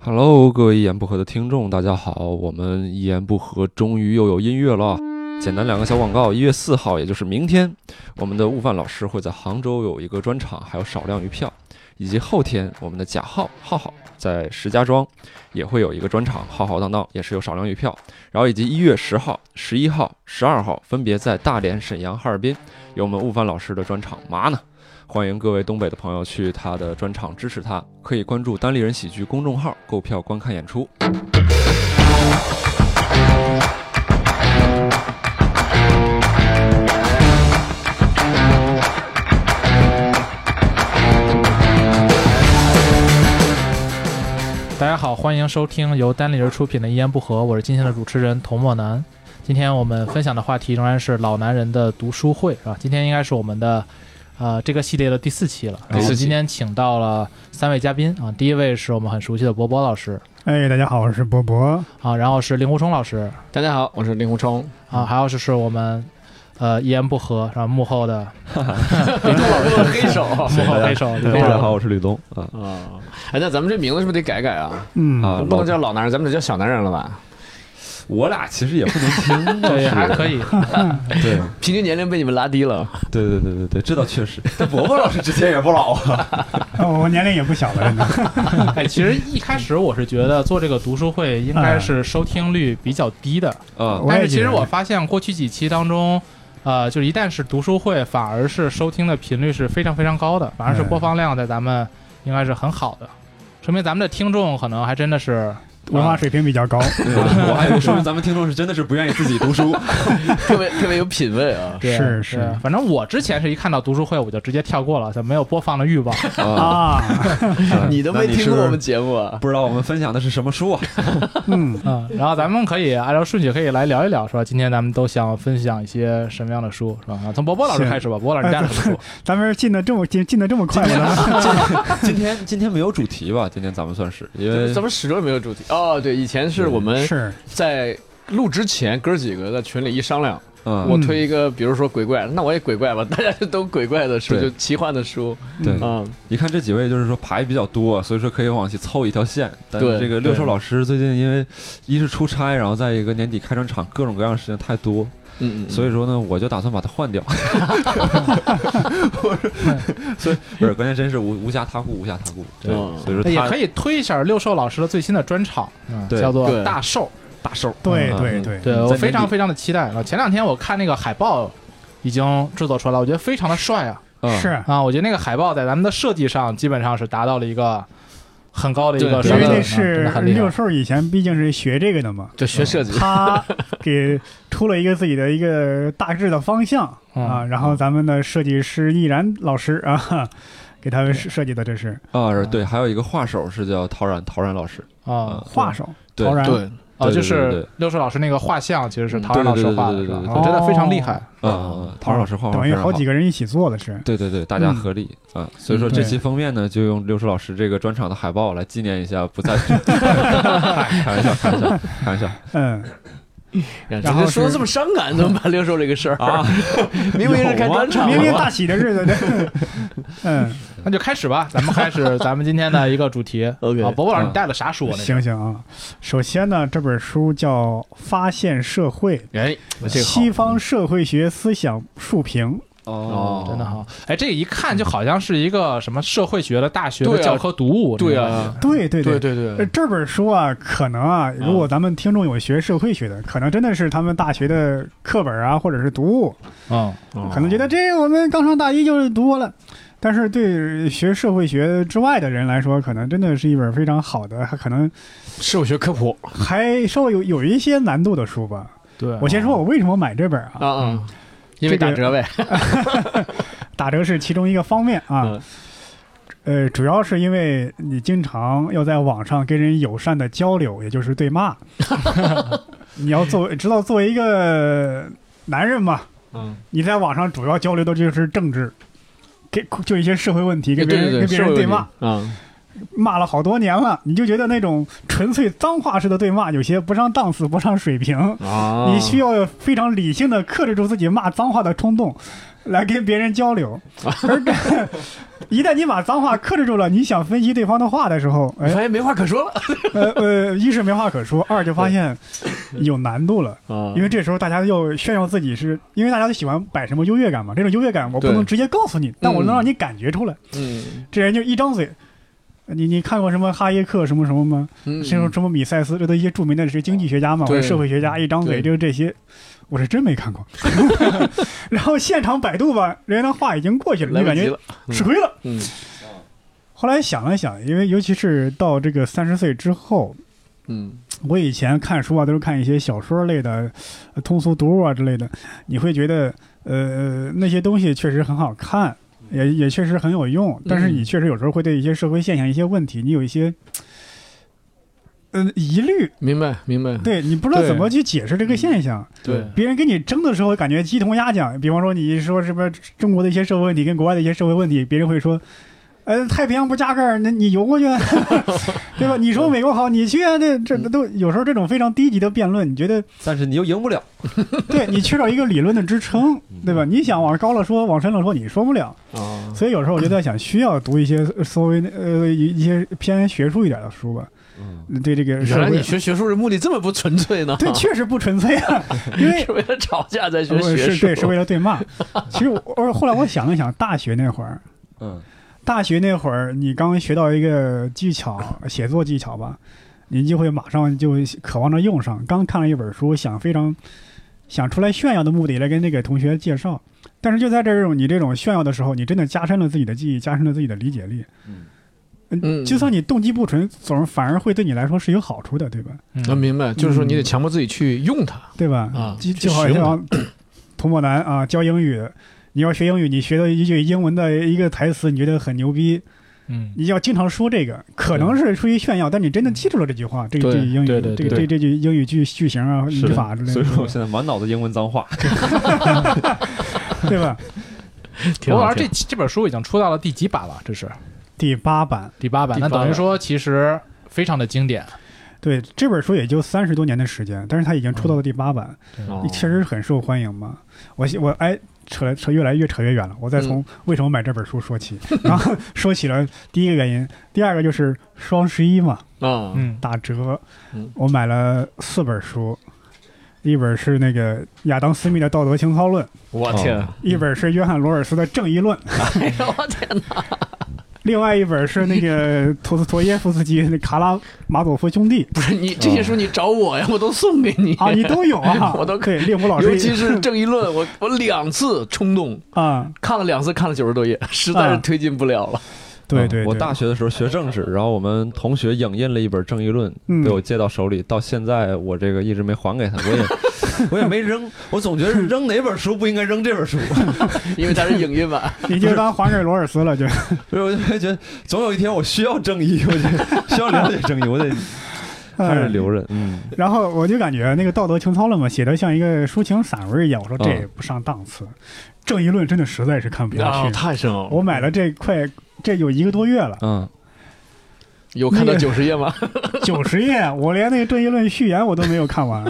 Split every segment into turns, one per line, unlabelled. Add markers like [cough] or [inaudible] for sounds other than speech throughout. Hello，各位一言不合的听众，大家好，我们一言不合终于又有音乐了。简单两个小广告：一月四号，也就是明天，我们的悟饭老师会在杭州有一个专场，还有少量余票；以及后天，我们的贾浩浩浩在石家庄也会有一个专场，浩浩荡荡也是有少量余票。然后以及一月十号、十一号、十二号分别在大连、沈阳、哈尔滨有我们悟饭老师的专场，嘛呢？欢迎各位东北的朋友去他的专场支持他，可以关注单立人喜剧公众号购票观看演出。
大家好，欢迎收听由单立人出品的《一言不合》，我是今天的主持人童漠南。今天我们分享的话题仍然是老男人的读书会，是吧？今天应该是我们的呃这个系列的第四期了。
第
然
四
后
期
今天请到了三位嘉宾啊，第一位是我们很熟悉的博博老师
哎，大家好，我是博博。
啊，然后是令狐冲老师
大家好，我是令狐冲。
啊，还有就是我们呃一言不合然后幕后的
李东老师的黑 [laughs] 手
幕后黑手
对
李东
大
老
家
师
我是吕东啊
啊！哎，那咱们这名字是不是得改改啊？
嗯
啊，
不
老
能叫老男人，咱们得叫小男人了吧？
我俩其实也不能听到，
对，还 [laughs] 可以。
对
平均年龄被你们拉低了。
对对对对 [laughs] 对，这倒确实。但伯伯老师之前也不老啊，
哦我年龄也不小了，真的。
[laughs]
哎，其实一开始我是觉得做这个读书会应该是收听率比较低的，
[laughs] 啊 [laughs]
我
但
也
是其
觉
实
得
我发现过去几期当中，呃，就是一旦是读书会，反而是收听的频率是非常非常高的，反而是播放量在咱们应该是很好的，说明咱们的听众可能还真的 [laughs] 是
文化水平比较高，
对我还以为说明咱们听众是真的是不愿意自己读 [laughs] 书，
[laughs] 特别特别有品位啊！
对
是
对
是
反正我之前是一看到读书会我就直接跳过了，就没有播放的欲望。 [laughs]
啊，
啊，
嗯
你都没听过我们节目啊？
不知道我们分享的是什么书啊？
嗯，
嗯，然后咱们可以按照顺序可以来聊一聊，是吧？今天咱们都想分享一些什么样的书，是吧？啊从博博老师
是
开始吧，博博老师你带来什么书？
咱们进的这么进进的这么
[laughs]
快吗？
今天今天没有主题吧？今天咱们算是呃因
咱
为
们咱们始终没有主题哦。对，以前是我们
是
在录之前，哥几个在群里一商量，
嗯
我推一个，比如说鬼怪，那我也鬼怪吧，大家就都鬼怪的书，
对嗯
就奇幻的书
对，
啊。
一看这几位就是说牌比较多，所以说可以往起凑一条线。但
对
是这个六兽老师最近因为一是出差，然后再一个年底开专场，各种各样的事情太多，
嗯嗯，
所以说呢，我就打算把他换掉。 [laughs] 我说，所以不是关键，真是无无暇他顾，无暇他顾。对，
嗯
所以说他
哎也可以推一下六兽老师的最新的专场，嗯
对
叫做
对
《大兽》，大兽。
对
嗯
对
嗯
对
对
嗯
我
在
非
年
常
底
非常的期待啊！前两天我看那个海报已经制作出来了，我觉得非常的帅啊
嗯
是，
啊！我觉得那个海报在咱们的设计上基本上是达到了一个很高的一个
对
嗯
因
水准，
为
啊
那
真
是
的很厉
六
害。
兽以前毕竟是学这个的嘛，
就学设计，
[laughs]
他给出了一个自己的一个大致的方向
嗯
啊，然后咱们的设计师易然老师啊， [laughs] 给他们设计的这是
啊，是对，还有一个画手是叫陶然，陶然老师，
啊，
画手，
嗯对
陶然
对，
哦，
嗯对对对
就
对
是
对
六兽老师那个画像，其实是
嗯
陶然老师
对对对
画的，
对
是吧
对对
啊真的非常厉害。
嗯嗯，
哦
嗯陶然老师画画
哦等
非
于
常
好
好。
几个人一起做的是，
对对对，大家合力啊、所以说这
嗯对
期封面呢，就用六叔老师这个专场的海报来纪念一下，不再开玩笑，开玩笑，开玩笑 [laughs]
嗯，
然
然后
后说的
是
这么伤感，怎么把六兽这个事儿
啊！
明明是开专场，
明明大喜的日
[laughs]
子，对嗯，
[laughs] 那就开始吧，咱们开始咱们今天的一个主题。
OK
啊，博博老师，
嗯
你带了啥书啊？那个
行行啊，首先呢，这本书叫《发现社会：
哎，这个好
西方社会学思想述评》。
哦，
真的好，哎，这一看就好像是一个什么社会学的大学的
对啊
教科读物，
对
那种
啊，
对对
对
对。
对
呃
对，
这本书啊，可能啊，如果咱们听众有学社会学的，可能真的是他们大学的课本啊，或者是读物，
嗯，
哦
可能觉得这我们刚上大一就是读过了。但是对学社会学之外的人来说，可能真的是一本非常好的，还可能
社会学科普
还稍微有有一些难度的书吧。
哦
对，
我先说我为什么买这本啊，
啊啊，因为打折呗，
打折是其中一个方面
嗯
啊。呃，主要是因为你经常要在网上跟人友善的交流，也就是
[laughs]
对骂。你要作为知道作为一个男人嘛，
嗯，
你在网上主要交流的就是政治，给就一些社会问题，
对
跟别人
对对，
跟别人
对
骂。
啊，
骂了好多年了，你就觉得那种纯粹脏话式的对骂有些不上档次、不上水平。
啊
你需要非常理性的克制住自己骂脏话的冲动，来跟别人交
[laughs]
流。而这一旦你把脏话克制住了，你想分析对方的话的时候，
发
哎，
现没话可说了
呃呃，一是没话可说，二就发现有难度了。
啊
因为这时候大家要炫耀自己是，因为大家都喜欢摆什么优越感嘛，这种优越感我不
对
能直接告诉你，但我能
嗯
让你感觉出来。
嗯
这人就一张嘴，呃你你看过什么哈耶克什么什么吗？
嗯
什么什么米塞斯，这都一些著名的这些经济学家嘛，或
对
者社会学家，一张嘴
对
就是这些，我是真没看过。
[laughs]
[laughs] 然后现场百度吧，人家的话已经过去了，
来
你
不
感
及
觉
了，
吃亏了。
嗯
后来想了想，因为尤其是到这个三十岁之后，
嗯
我以前看书啊，都是看一些小说类的、呃通俗读物啊之类的，你会觉得呃那些东西确实很好看，也也确实很有用，但
嗯
是你确实有时候会对一些社会现象、一些问题，你有一些呃疑虑，
明白明白，
[laughs] 对你不知道
对
怎么去解释这个现象。
对，
别人跟你争的时候，感觉鸡同鸭讲。比方说，你说什么中国的一些社会问题跟国外的一些社会问题，别人会说，呃，太平洋不加盖儿，那你游过去 [laughs] 啊，对吧？你说美国好，你去啊，这这都有时候这种非常低级的辩论，你觉得
但是你又赢不了。
对你缺少一个理论的支撑，
嗯
对吧？你想往高了说，往深了说，你说不了。
啊
所以有时候我就在想，需要读一些呃稍微呃一一些偏学术一点的书吧，
嗯，
对这个
原
社
来
会
你。学学术的目的这么不纯粹呢？
对，确实不纯粹啊，因为
是为了吵架才学
我
学
呃是
术，
对，是为了对骂。其实我我后来我想了想，大学那会儿，
嗯，
大学那会儿你刚学到一个技巧，写作技巧吧，你就会马上就渴望着用上。刚看了一本书，想非常想出来炫耀的目的来跟那个同学介绍，但是就在这种你这种炫耀的时候，你真的加深了自己的记忆，加深了自己的理解力。
嗯
嗯
就算你动机不纯，总是反而会对你来说是有好处的，对吧？
啊，
嗯，
明白，就是说你得强迫自己去用它
对吧？
啊，
就
去
就好
使用
像童漠男啊教英语，你要学英语，你学到一句英文的一个台词，你觉得很牛逼，
嗯，
你要经常说这个，可能是出于炫耀，但你真的记住了这句话，这个这
对
句英语，
对对
这个
对
这这句英语句句型啊、语
是的
法之
嗯
类
所以说我
的，
现在满脑子英文脏话。
对吧？
挺
我
好
玩
挺
这这本书已经出到了第几版了？这是
第八版，
第八版，
第
那
八版嗯
等于说其实非常的经典。
对这本书也就三十多年的时间，但是它已经出到了第八版，
好
确实很受欢迎嘛。我我哎。扯来扯越来越扯越远了，我再从为什么买这本书说起，然后 [laughs] 说起了第一个原因，第二个就是双十一嘛，
啊，
嗯，
打折
嗯，
我买了四本书，一本是那个亚当·斯密的《道德情操论》，
我天，
一本是约翰·罗尔斯的《正义论》，
[laughs] 哎呦我天哪，
另外一本是那
[laughs]
个陀思妥耶夫斯基的《卡拉马佐夫兄弟
不是你这些书你找我呀，我都送给你》，
啊，你都有
[laughs]
啊
我都
对，令狐老师
尤
也
其是《正义论》，我我两次冲动
啊，
看了两次，看了九十多页，实在是
啊
推进不了了。
对
嗯
对，
我
对
大学的时候学政治，然后我们同学影印了一本《正义论》，
嗯
被我借到手里，到现在我这个一直没还给他，我也
[laughs]
我也没扔，我总觉得扔哪本书不应该扔这本书， [laughs]
因为它是影音
[laughs]
版，
你就当还给罗尔斯了，
[laughs]
就
所以我就觉得总有一天我需要正义，我就需要了解正义，我得还是
嗯
留着，嗯，
[laughs] 然后我就感觉那个《道德情操论》嘛，写的像一个抒情散文一样，我说这
嗯
也不上档次，《正义论》真的实在是看不下去，
啊
哦
太深奥
我买了这快这有一个多月了。
嗯，
有看到九十页吗？ [laughs]
[laughs] 九十页，我连那个《正义论》序言我都没有看完。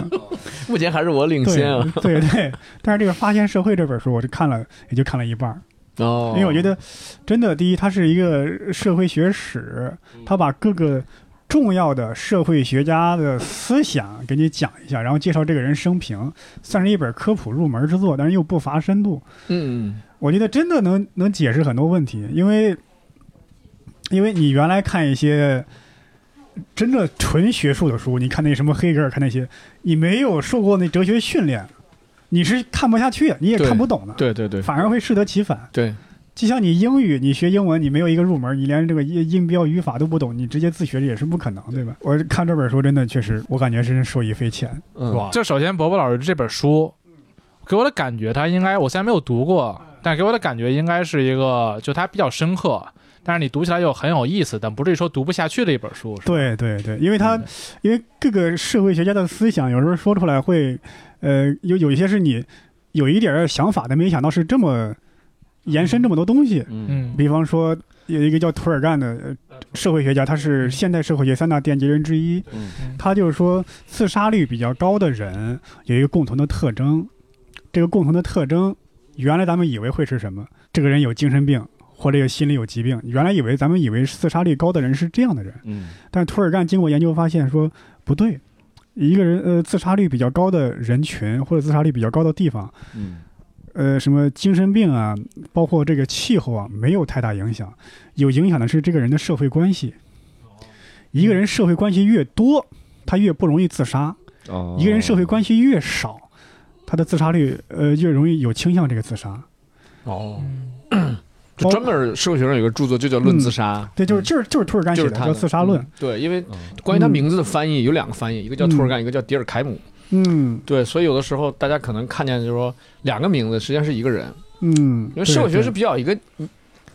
目前还是我领
对
先啊。
对对，但是这个《发现社会》这本书，我就看了，也就看了一半儿，
哦
因为我觉得，真的，第一，它是一个社会学史，它把各个重要的社会学家的思想给你讲一下，然后介绍这个人生平，算是一本科普入门之作，但是又不乏深度。
嗯，
我觉得真的能能解释很多问题，因为因为你原来看一些真的纯学术的书，你看那什么黑格尔，看那些，你没有受过那哲学训练，你是看不下去，你也
对
看不懂的，
对对对
反而会适得其反。
对，
就像你英语，你学英文，你没有一个入门，你连这个音音标、语法都不懂，你直接自学也是不可能，对吧？我看这本书真的确实，我感觉真是受益匪浅。
嗯
哇
这首先伯伯老师这本书给我的感觉，他应该我虽然没有读过，但给我的感觉应该是一个就它比较深刻，但是你读起来又很有意思，但不至于说读不下去的一本书。是吧，
对对对，因为
嗯
他，因为各个社会学家的思想有时候说出来会，呃，有有一些是你有一点儿想法的，没想到是这么延伸这么多东西。
嗯
嗯
比方说，有一个叫涂尔干的呃社会学家，他是现代社会学三大奠基人之一。
嗯
他就是说，自杀率比较高的人有一个共同的特征，这个共同的特征，原来咱们以为会是什么？这个人有精神病，或者有心理有疾病。原来以为咱们以为自杀率高的人是这样的人，
嗯
但涂尔干经过研究发现说不对，一个人呃自杀率比较高的人群或者自杀率比较高的地方，
嗯
呃，什么精神病啊，包括这个气候啊，没有太大影响。有影响的是这个人的社会关系。一个人社会关系越多，他越不容易自杀；
哦，
一个人社会关系越少，他的自杀率呃越容易有倾向这个自杀。
哦，
嗯
就专门社会学上有个著作就叫《论自杀》，
嗯对，就是就是就是涂尔干
嗯
写
就是
的
他嗯
叫《自杀论》。
对，因为关于他
嗯
名字的翻译有两个翻译，一个叫托尔干，一个叫迪尔凯姆。
嗯
对，所以有的时候大家可能看见就是说两个名字实际上是一个人，
嗯，
因为社会学
对
是比较一个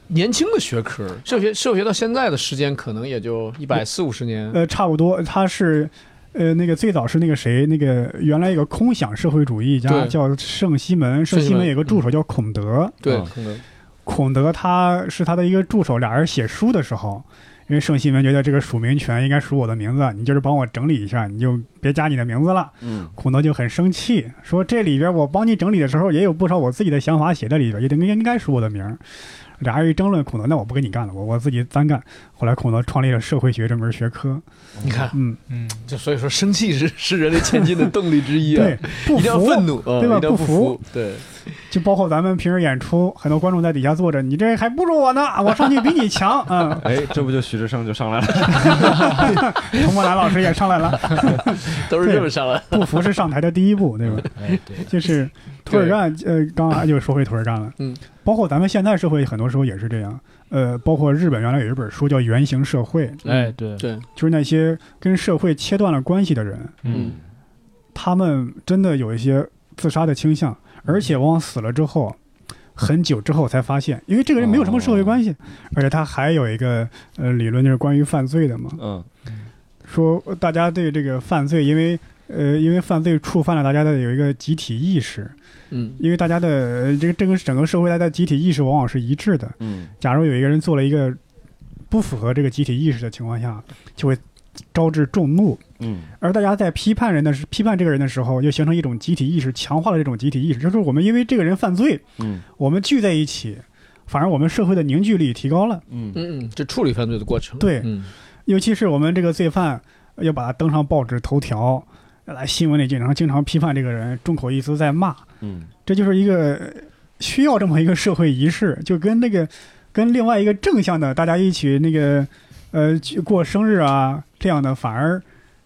年轻的学科，社会学社会学到现在的时间可能也 [laughs] 就一百四五十年。
呃，差不多，他是，呃，那个最早是那个谁，那个原来有个空想社会主义家
对
叫圣西门，
圣
圣
西
西门
门嗯
有个助手叫孔德，
对
啊，
可能
孔德他是他的一个助手，俩人写书的时候，因为圣西门觉得这个署名权应该署我的名字，你就是帮我整理一下，你就别加你的名字了。
嗯
孔德就很生气，说这里边我帮你整理的时候，也有不少我自己的想法写在里边，也得应该署我的名儿。俩人一争论，孔德那我不跟你干了，我我自己单干。后来孔德创立了社会学这门学科，
你看，
嗯，
嗯，
就所以说生气是是人类前进的动力之一啊，
对，不
一定要
服
愤怒，啊，
对吧
一定要
不服
服，对，
就包括咱们平时演出，很多观众在底下坐着，你这还不如我呢，我上去比你
[laughs]
强。嗯，
哎，这不就徐志胜就上来了？
童梦兰老师也上来了，
都是这么上来。
不服是上台的第一步，
[laughs]
对吧？
哎对，
就是涂尔干，呃，刚刚就说回涂尔干了，
嗯，
包括咱们现代社会很多时候也是这样，呃，包括日本原来有一本书叫《原型社会》，
哎
[laughs]
对，
[laughs] 嗯对，
就是那些跟社会切断了关系的人，
嗯
他们真的有一些自杀的倾向，而且往往死了之后，很久之后才发现，因为这个人没有什么社会关系，而且他还有一个呃理论就是关于犯罪的嘛，
嗯
说大家对这个犯罪，因为呃因为犯罪触犯了大家的有一个集体意识，
嗯，
因为大家的呃这个这个整个社会大家的集体意识往往是一致的，
嗯
假如有一个人做了一个不符合这个集体意识的情况下，就会招致众怒。
嗯
而大家在批判人的时，批判这个人的时候，就形成一种集体意识，强化了这种集体意识，就是我们因为这个人犯罪，
嗯
我们聚在一起，反而我们社会的凝聚力提高了。
嗯
嗯嗯，这处理犯罪的过程，
对
嗯，
尤其是我们这个罪犯，呃要把他登上报纸头条，来新闻里经常经常批判这个人，众口一词在骂，
嗯
这就是一个呃需要这么一个社会仪式，就跟那个跟另外一个正向的大家一起那个呃去过生日啊这样的，反而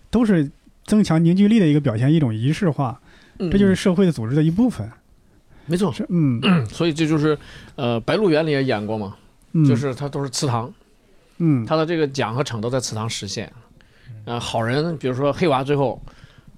都是增强凝聚力的一个表现，一种仪式化，
嗯
这就是社会组织的一部分。
没错。
是嗯，
所以这就是，呃，《白鹿原》里也演过嘛，
嗯
就是他都是祠堂，
嗯，
他的这个奖和惩都在祠堂实现。呃，好人，比如说黑娃，最后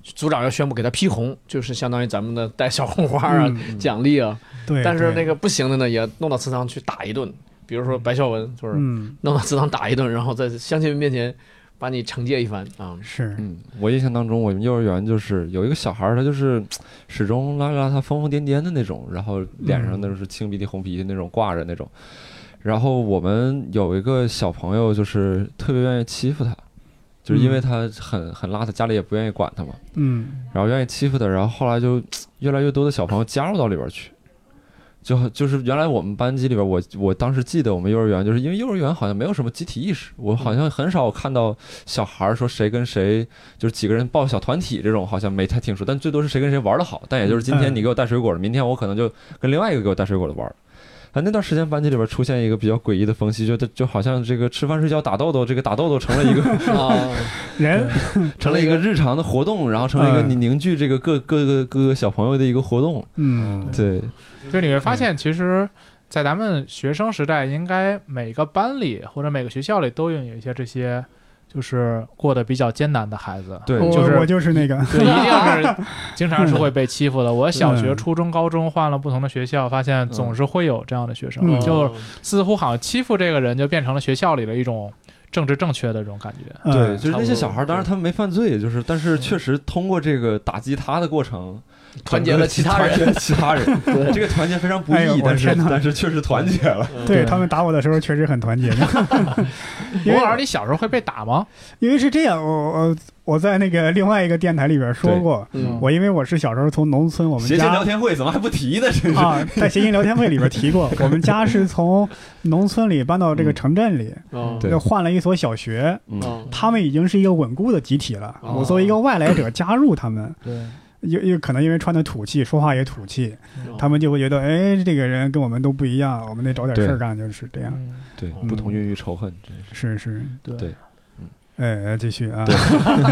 组长要宣布给他批红，就是相当于咱们的带小红花啊、
嗯
奖励啊。
对，
但是那
对
个不行的呢，也弄到祠堂去打一顿。比如说白孝文，就是
嗯
弄到祠堂打一顿，然后在乡亲们面前把你惩戒一番
[laughs]
啊。
是
嗯，我印象当中，我们幼儿园就是有一个小孩儿，他就是始终邋里邋遢、疯疯癫癫的那种，然后脸上都是青鼻涕红鼻涕那种挂着那种。然后我们有一个小朋友，就是特别愿意欺负他，就是因为他很很邋遢，家里也不愿意管他嘛。
嗯
然后愿意欺负他，然后后来就越来越多的小朋友加入到里边去，就就是原来我们班级里边，我我当时记得我们幼儿园，就是因为幼儿园好像没有什么集体意识，我好像很少看到小孩儿说谁跟谁就是几个人抱小团体这种，好像没太听说，但最多是谁跟谁玩的好，但也就是今天
嗯
你给我带水果了，明天我可能就跟另外一个给我带水果的玩儿。啊，那段时间班级里边出现一个比较诡异的风气，就就好像这个吃饭睡觉打豆豆，这个打豆豆成了一个
啊，
人
成了一个日常的活动，然后成了一个
嗯
你凝聚这个各各个各个小朋友的一个活动。
嗯
对，
就你会发现，其实，在咱们学生时代，应该每个班里或者每个学校里都有一些这些，就是过得比较艰难的孩子。
对
我
就是
我就是那个
对，一定
[laughs]
是经常是会被欺负的。我小学、
嗯
初中、高中换了不同的学校，发现总是会有这样的学生，
嗯
哦
就似乎好像欺负这个人就变成了学校里的一种政治正确的这种感觉。
对，
嗯
就是那些小孩儿，
差不多
当然他们没犯罪，就是但是确实通过这个打击他的过程，
团结了其他
团结
人。
了其他人。
对
这个团结非常不
哎呦
易，
我
但是
天哪
但是确实团结
[laughs]
了。
嗯
对他们打我的时候确实很团结，因
罗
为
老师，你小时候会被打吗？
因为是这样，我我我在那个另外一个电台里边说过，
嗯
我因为我是小时候从农村，我们
谐星聊
家
天会怎么还不提呢？真是
[laughs] 啊，在谐音聊天会里边提过，我们家是从农村里搬到这个城镇里，
哦
对
就换了一所小学，
嗯，
哦
他们已经是一个稳固的集体了。
哦
我作为一个外来者加入他们， [laughs]
对，
有有可能因为穿的土气，说话也土气，
哦
他们就会觉得，哎，这个人跟我们都不一样，我们得找点事儿干，就是这样。
嗯
对，
嗯
不同孕育仇恨，真是
是是，
对
对，
哎，继续啊。 [laughs]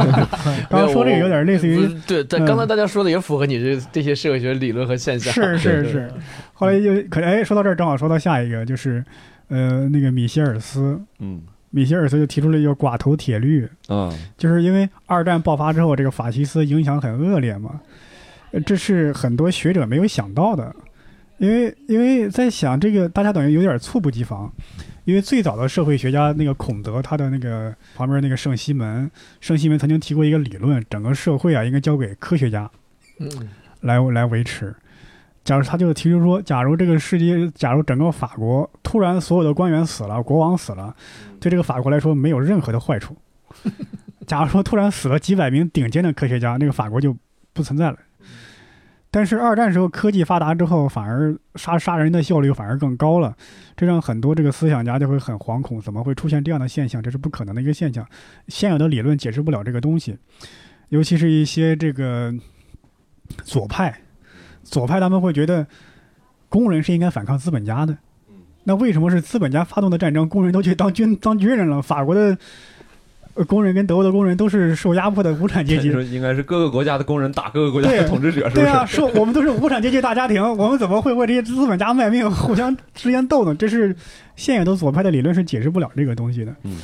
刚刚说这个有点类似
不
于
是，对，但
嗯
刚才大家说的也符合你这这些社会学理论和现象。
是是
对
是，后来就可哎，说到这儿正好说到下一个，就是呃，那个米歇尔斯，
嗯
米歇尔斯就提出了一个寡头铁律，
啊，
就是因为二战爆发之后，这个法西斯影响很恶劣嘛，呃这是很多学者没有想到的，因为因为在想这个，大家等于有点猝不及防，因为最早的社会学家那个孔德，他的那个旁边那个圣西门，圣西门曾经提过一个理论，整个社会啊应该交给科学家
嗯
来来维持。假如他就提出说，假如这个世界，假如整个法国突然所有的官员死了，国王死了，对这个法国来说没有任何的坏处。 [laughs] 假如说突然死了几百名顶尖的科学家，那个法国就不存在了。但是二战时候科技发达之后，反而杀杀人的效率反而更高了，这让很多这个思想家就会很惶恐，怎么会出现这样的现象？这是不可能的一个现象，现有的理论解释不了这个东西，尤其是一些这个左派，左派他们会觉得工人是应该反抗资本家的。那为什么是资本家发动的战争，工人都去当军当军人了？法国的呃工人跟德国的工人都是受压迫的无产阶级
就，是应该是各个国家的工人打各个国家的
对
统治者，是不
对
是？
啊，说我们都是无产阶级大家庭，我们怎么会为这些资本家卖命，互相之间斗呢？这是现有的左派的理论是解释不了这个东西的。
嗯，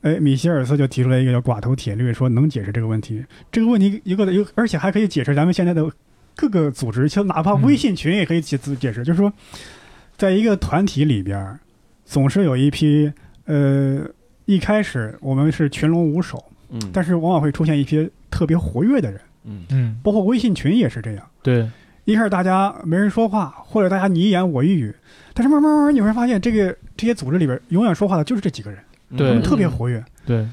哎，米歇尔斯就提出了一个叫寡头铁律，说能解释这个问题。这个问题一个有，而且还可以解释咱们现在的各个组织，就哪怕微信群也可以解解释，就是说，在一个团体里边儿，总是有一批呃，一开始我们是群龙无首，
嗯，
但是往往会出现一批特别活跃的人，
嗯
嗯，
包括微信群也是这样。
对，
一开始大家没人说话，或者大家你一言我一语，但是慢慢慢慢你会发现，这个这些组织里边永远说话的就是这几个人，
嗯
他
对
们特别活跃。
对，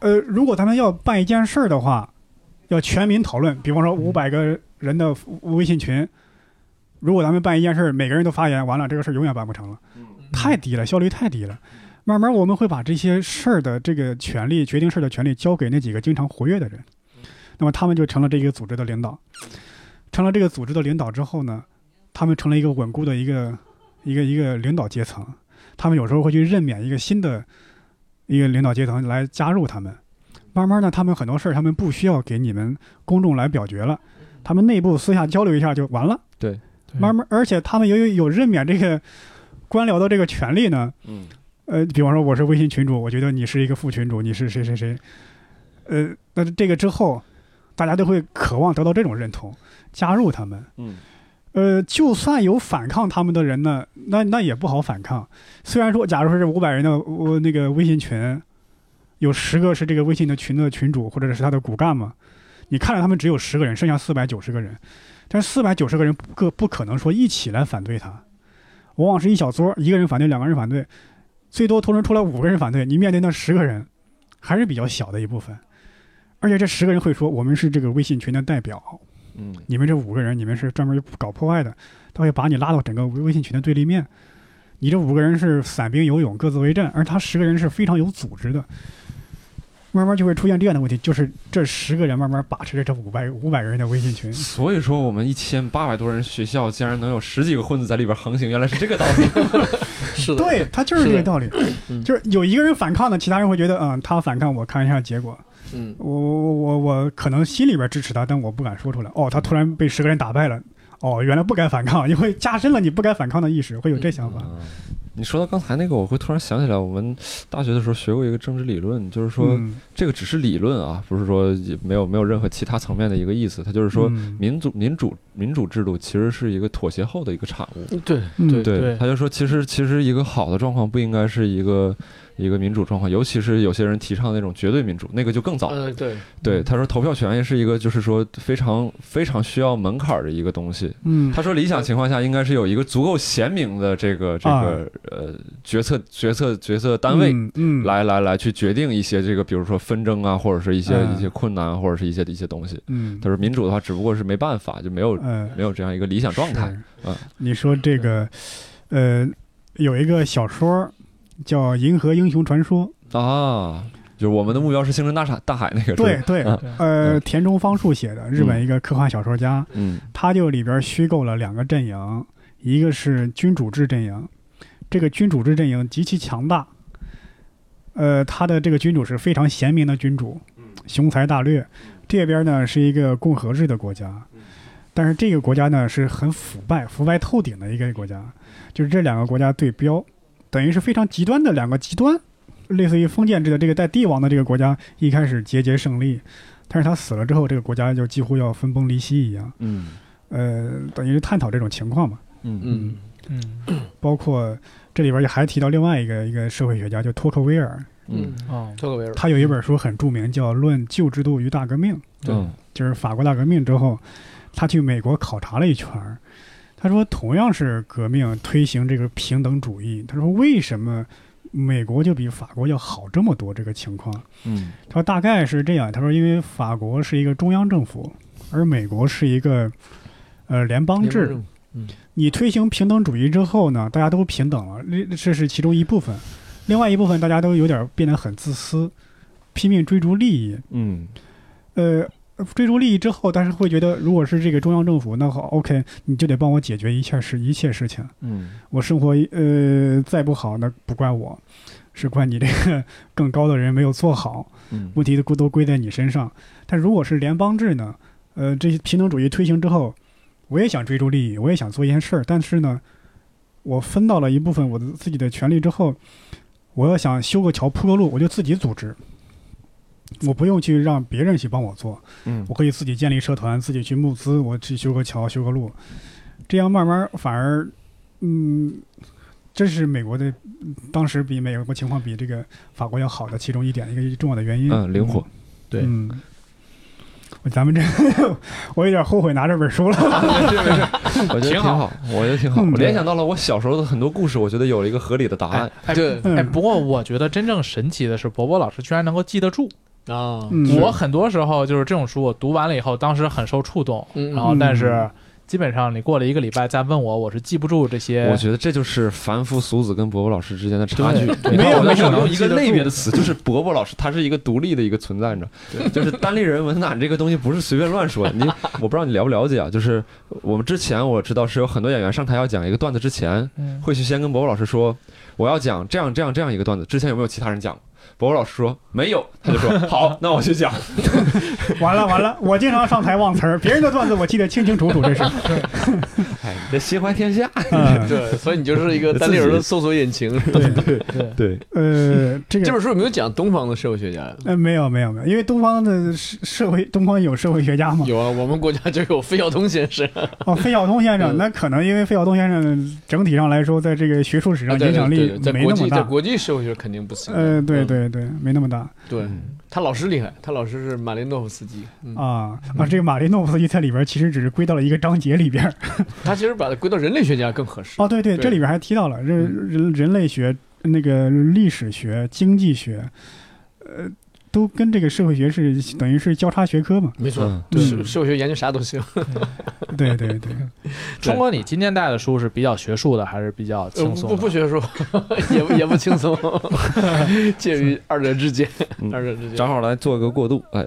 呃，如果咱们要办一件事儿的话，要全民讨论，比方说五百个人的微信群，如果咱们办一件事儿，每个人都发言，完了这个事儿永远办不成了，
嗯
太低了，效率太低了。慢慢我们会把这些事儿的这个权利、决定事儿的权利交给那几个经常活跃的人，那么他们就成了这个组织的领导。成了这个组织的领导之后呢，他们成了一个稳固的一个一个一个领导阶层。他们有时候会去任免一个新的一个领导阶层来加入他们。慢慢呢，他们很多事儿他们不需要给你们公众来表决了，他们内部私下交流一下就完了。
对
慢慢，而且他们由于有任免这个官僚的这个权利呢，
嗯
呃，比方说我是微信群主，我觉得你是一个副群主，你是谁谁谁，呃，那这个之后，大家都会渴望得到这种认同，加入他们。
嗯
呃，就算有反抗他们的人呢，那那也不好反抗。虽然说，假如说是五百人的我那个微信群，有十个是这个微信的群的群主或者是他的骨干嘛，你看着他们只有十个人，剩下四百九十个人，但是四百九十个人不可不可能说一起来反对他，往往是一小撮，一个人反对，两个人反对，最多同时出来五个人反对，你面对那十个人，还是比较小的一部分。而且这十个人会说，我们是这个微信群的代表，
嗯
你们这五个人，你们是专门搞破坏的，他会把你拉到整个微信群的对立面。你这五个人是散兵游勇，各自为战，而他十个人是非常有组织的。慢慢就会出现这样的问题，就是这十个人慢慢把持着这五百五百人的微信群，
所以说我们一千八百多人学校竟然能有十几个混子在里边横行，原来是这个道理。
[laughs]
是的，
对他就是这个道理
嗯，
就是有一个人反抗呢，其他人会觉得，嗯，他反抗，我看一下结果，
嗯，
我我我我可能心里边支持他，但我不敢说出来。哦，他突然被十个人打败了，哦，原来不该反抗，你会加深了你不该反抗的意识，会有这想法。
啊你说到刚才那个，我会突然想起来，我们大学的时候学过一个政治理论，就是说
嗯
这个只是理论啊，不是说也没有没有任何其他层面的一个意思。它就是说，
嗯
民主民主民主制度其实是一个妥协后的一个产物。
对
嗯
对
对，
对
他就说，其实其实一个好的状况不应该是一个一个民主状况，尤其是有些人提倡那种绝对民主，那个就更早。
嗯，对，
对，他说投票权也是一个，就是说非常非常需要门槛儿的一个东西。
嗯，
他说理想情况下应该是有一个足够贤明的这个这个呃决策决策决策单位。
啊嗯嗯
来来来，去决定一些这个，比如说纷争啊，或者是一些
嗯
一些困难，啊或者是一些一些东西。
嗯
他说民主的话，只不过是没办法，就没有
嗯
没有这样一个理想状态。嗯
你说这个呃，有一个小说叫《银河英雄传说》，
啊，就是我们的目标是星辰大海大海那个。
对
是吧
对
嗯
呃，
嗯
田中芳树写的，日本一个科幻小说家，
嗯
他就里边虚构了两个阵营，一个是君主制阵营，这个君主制阵营极其强大，呃，他的这个君主是非常贤明的君主，雄才大略。这边呢是一个共和制的国家，但是这个国家呢是很腐败、腐败透顶的一个国家，就是这两个国家对标，等于是非常极端的两个极端，类似于封建制的这个带帝王的这个国家一开始节节胜利，但是他死了之后，这个国家就几乎要分崩离析一样。
嗯
呃，等于是探讨这种情况嘛。
嗯
嗯
嗯
包括这里边儿还提到另外一个一个社会学家，就托克维尔，
嗯
哦
托克维尔，
他有一本书很著名，叫《论旧制度与大革命》，
嗯
就是法国大革命之后，他去美国考察了一圈儿。他说，同样是革命推行这个平等主义，他说为什么美国就比法国要好这么多？这个情况，
嗯
他说大概是这样。他说，因为法国是一个中央政府，而美国是一个呃联邦制，
联盟
你推行平等主义之后呢，大家都平等了，这这是其中一部分；另外一部分，大家都有点变得很自私，拼命追逐利益。
嗯
呃，追逐利益之后，但是会觉得，如果是这个中央政府，那好，OK，你就得帮我解决一切事一切事情。
嗯
我生活呃再不好，那不怪我，是怪你这个更高的人没有做好。
嗯
问题都归都归在你身上。但如果是联邦制呢？呃，这些平等主义推行之后，我也想追逐利益，我也想做一件事儿，但是呢，我分到了一部分我的自己的权利之后，我要想修个桥、铺个路，我就自己组织，我不用去让别人去帮我做。
嗯
我可以自己建立社团，自己去募资，我去修个桥、修个路，这样慢慢反而，嗯，这是美国的嗯当时比美国情况比这个法国要好的其中一点，一个重要的原因。
嗯，灵活。
对
嗯，我咱们这 [laughs] 我有点后悔拿这本书了。
没事没事，我觉得挺好，我觉得挺好。
嗯
我联想到了我小时候的很多故事，我觉得有了一个合理的答案。
哎对
哎，
嗯
不过我觉得真正神奇的是，博博老师居然能够记得住。
啊，
嗯是
我很多时候就是这种书，我读完了以后，当时很受触动，
嗯
然后
嗯
但是基本上你过了一个礼拜再问我，我是记不住这些
我。觉得这就是凡夫俗子跟伯伯老师之间的差距。
对
你
没
看，
有
我在
没有
想
能
用一
记
个
得
类
住
别的词，就是伯伯老师，他是一个独立的一个存在着。 [laughs] 就是单立人文档这个东西不是随便乱说的。你我不知道你了不了解啊？就是我们之前我知道是有很多演员上台要讲一个段子之前，
嗯
会去先跟博博老师说，我要讲这样这样这样一个段子，之前有没有其他人讲？博博老师说没有，他就说好，那我去讲。
完了完了，我经常上台忘词儿，别人的段子我记得清清楚楚，这是。
哎，你这心怀天下。
[laughs]
嗯，
对，所以你就是一个单立人的搜索引擎。 [laughs]
对，
对，
对，
呃，这个
这本书有没有讲东方的社会学家？
呃没有没有没有，因为东方的社社会东方有社会学家嘛，
有啊，我们国家就有费孝通先生，
[laughs] 哦，费孝通先生，
嗯
那可能因为费孝通先生整体上来说，在这个学术史上
啊对
影响
对
力
对在
没
国
那么
际在
大。
国际社会学肯定不行的。
呃，对
嗯
对对，没那么大
对，
嗯
他老师厉害，他老师是马林诺夫斯基，嗯，
啊啊！这个马林诺夫斯基在里边其实只是归到了一个章节里边儿。
他其实把它归到人类学家更合适。
哦，对对，
对嗯
这里边还提到了人人人类学、那个历史学、经济学，呃，都跟这个社会学是等于是交叉学科嘛。
没错，
嗯，
对，
嗯
社社会学研究啥都行。
对对
[laughs]
[laughs] 对，
春哥，你今天带的书是比较学术的，还是比较
呃
轻松
不
的？
不学术， [laughs] 也不也不轻松，介于二者之间
嗯，
二者之间
正，好来做个过渡。哎，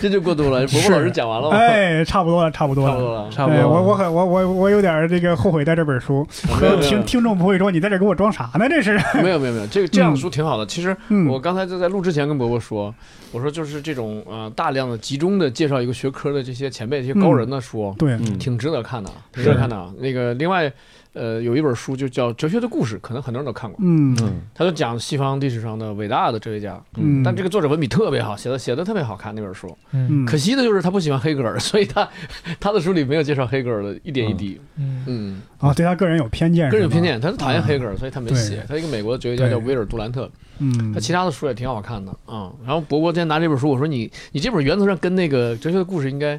这就过度了。伯伯老师讲完了吗？
哎，差不多了，差不多
差不多
了。
了，嗯
差不
哎，
多。
我我很我我我有点儿这个后悔带这本书，
没有
[laughs] 听听众不会说你在这给我装啥呢？这是，
没有没有没有，这个这样的书挺好的。其实
嗯，
我刚才就在录之前跟伯伯说，我说就是这种呃大量的集中的介绍一个学科的这些前辈这些高人的书，多，
对，
嗯，
挺值得看的，啊，挺
是
值得看的。啊。那个另外，呃，有一本书就叫《哲学的故事》，可能很多人都看过，
嗯
嗯
他就讲西方历史上的伟大的哲学家，
嗯，
但这个作者文笔特别好，写的写的特别好看那本书。
嗯
嗯，
可惜的就是他不喜欢黑格尔，所以他 [laughs] 他的书里没有介绍黑格尔的一点一滴。
嗯
嗯，
啊，对他个人有偏见，
个人有
是吗嗯
偏，见，他是讨厌黑格尔，所以他没
对
写。他一个美国的哲学家叫
对
威尔杜兰特，
嗯，
他其他的书也挺好看的啊、嗯。然后博博今天拿这本书，我说你你这本原则上跟那个《哲学的故事》应该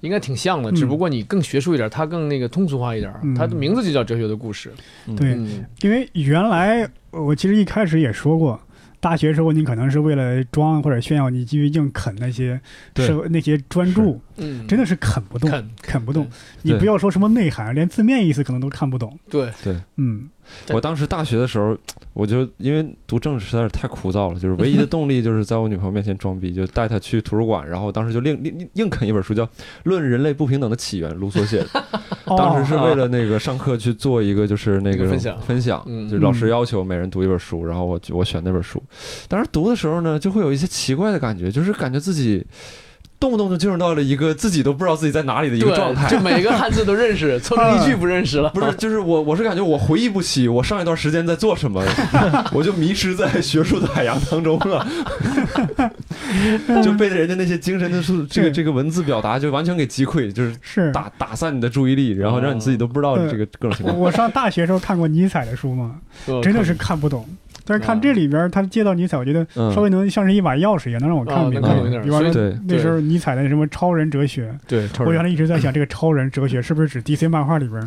应该挺像的，
嗯
只不过你更学术一点，他更那个通俗化一点
嗯。
他的名字就叫《哲学的故事》。
对
嗯，
因为原来我其实一开始也说过，大学时候你可能是为了装或者炫耀，你继续硬啃那些
对
社会那些专注，
嗯，
真的是啃不动，
看
啃不动
对。
你
对
不要说什么内涵，连字面意思可能都看不懂。
对，
嗯
我当时大学的时候，我就因为读政治实在是太枯燥了，就是唯一的动力就是在我女朋友面前装逼，就带她去图书馆，然后当时就硬硬硬硬啃一本书叫《论人类不平等的起源》，卢梭
[laughs]
写的。当时
哦
是为了那个上课去做一个就是那
一
个
个分享
分享，
嗯
就是老师要求每人读一本书，然后我我选那本书。当时读的时候呢，就会有一些奇怪的感觉，就是感觉自己动不动就进入到了一个自己都不知道自己在哪里的一个状态，
就每个汉字都认识，
[laughs]
凑成一句不认识了。
[laughs] 不是，就是我，我是感觉我回忆不起我上一段时间在做什么， [laughs] 我就迷失在学术的海洋当中了， [laughs] 就被人家那些精神的数这个
对
这个文字表达就完全给击溃，就是
是。
打打散你的注意力，然后让你自己都不知道
哦
这个各种情
我
况。
我上大学时候看过尼采的书嘛，
哦
真的是看不懂。但是看这里边儿，他借到尼采，我觉得
啊嗯
稍微能像是一把钥匙一样，能让我看
啊
明
能
白
看懂一
点。
比方
所以
说
嗯对
那时候尼采的什么超人哲学，
对，
我原来一直在想，这个超人哲学是不是指 DC 漫画
[laughs]
里边儿？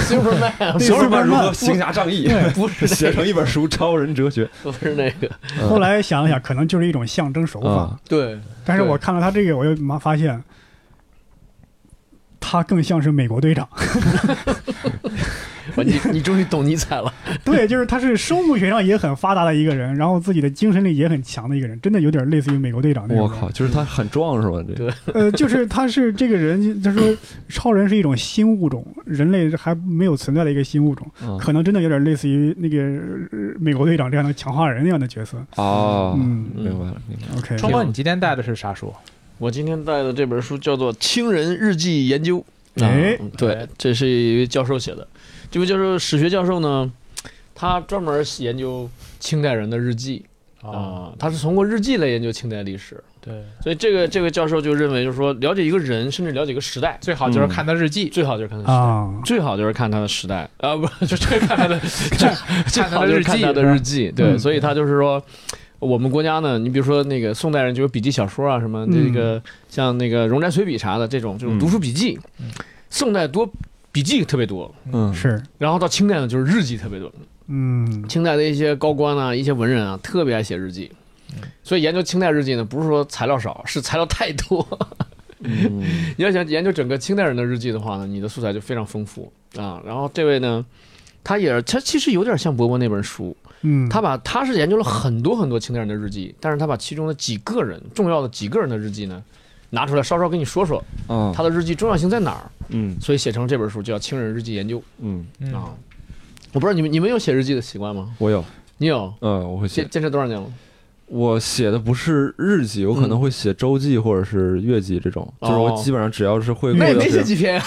Superman
小日本如何
我
行侠仗义，
对
不是
[laughs] 写成一本书《超人哲学》
不是那个，
嗯。
[laughs] 后来想了想，可能就是一种象征手法。
啊，
对，
但是我看了他这个，我又马发现，他更像是美
[laughs]
国队长。
我你你终于懂尼采了，
对，就是他是生物学上也很发达的一个人，然后自己的精神力也很强的一个人，真的有点类似于美国队长那种。
我靠，！就是他很壮是吧？这
对
呃，就是他是这个人，他说超人是一种新物种，人类还没有存在的一个新物种，
嗯
可能真的有点类似于那个呃美国队长这样的强化人那样的角色。
哦，
嗯
明白了，明白了。
OK，
冲哥，你今天带的是啥书？
我今天带的这本书叫做《清人日记研究》。
哎
啊，对，这是一位教授写的。这位教授，史学教授呢，他专门研究清代人的日记啊，嗯他是通过日记来研究清代历史。
哦对，
所以这个这位教授就认为，就是说了解一个人，甚至了解一个时代，
最好就是看他日记，
最好就是看他时代。
啊，
最好就是看他的时代啊，不就这看 [laughs] 他的，最
看他
好
的
就是
日
看
记，
他的日记。对，
嗯
所以他就是说，我们国家呢，你比如说那个宋代人就有笔记小说啊，什么
嗯
这个像那个《容斋随笔》啥的这种这
嗯
种读书笔记
嗯，
宋代多笔记特别多，
嗯，
是，
然后到清代呢就是日记特别多。
嗯，
清代的一些高官啊，一些文人啊，特别爱写日记
嗯。
所以研究清代日记呢，不是说材料少，是材料太多。
嗯
你要想研究整个清代人的日记的话呢，你的素材就非常丰富啊。然后这位呢，他也他其实有点像伯伯那本书，
嗯，
他把他是研究了很多很多清代人的日记，但是他把其中的几个人重要的几个人的日记呢，拿出来稍稍跟你说说
啊，
他的日记重要性在哪儿，
嗯
所以写成这本书就叫《清人日记研究》
嗯，
嗯
啊。我不知道你们你们有写日记的习惯吗？
我有，
你有
嗯，我会写
坚。坚持多少年了？
我写的不是日记，我可能会写周记或者是月记这种，
嗯哦
就是我基本上只要是会过
那也
的
没写
是
几篇，啊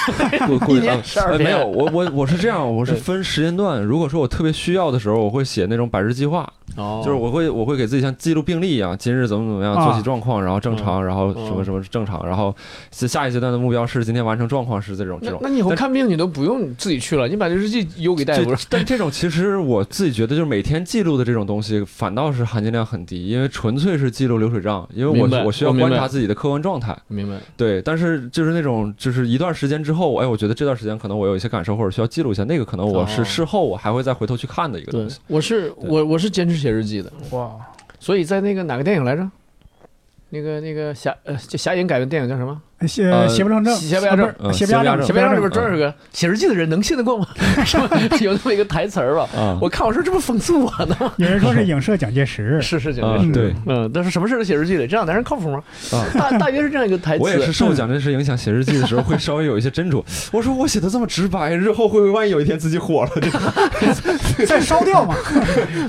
过过
一年
呃
十二
呃没
篇啊
有，我我我是这样，我是
对
分时间段。如果说我特别需要的时候，我会写那种百日计划，
哦
就是我会我会给自己像记录病历一样，今日怎么怎么样，
啊
作息状况，然后正常，然后
嗯
什么什么正常，然后下下一阶段的目标是今天完成状况是这种这
那
种。
那你以后看病你都不用自己去了，你把这日记邮给大
这
夫。
但这种其实我自己觉得，就是每天记录的这种东西，反倒是含金量很低，因为纯粹是记录流水账，因为
明白
我我需要
我明白
观察自己的客观状态。
[laughs] 明白，
对，但是就是那种，就是一段时间之后，哎，我觉得这段时间可能我有一些感受，或者需要记录一下，那个可能我是
哦
事后我还会再回头去看的一个
对
东西。，
我是我我是坚持写日记的，
哇，
所以在那个哪个电影来着？那个那个侠呃，就侠影改编电影叫什么？
邪
呃
邪不正正，
邪不压正
啊不是
嗯
邪不压正，
邪
《小
不
边
压
上里
正
边专有
嗯
个写日记的人能信得过吗？ [laughs] 是吧？有那么一个台词儿吧？
啊，
我看我说这不讽刺我
嗯
呢？，
有人说是影射蒋介
[laughs]
石
是是
啊
蒋介
[laughs]
石。
对
嗯，但是什么事儿都写日记里，这样男人靠谱吗？
啊
大大约是这样一个台词。
我也是受蒋介石影响，写日记的时候会稍微有一些斟酌。 [laughs] 我说我写的这么直白，日后会不会万一有一天自己火了？这个
再烧掉嘛，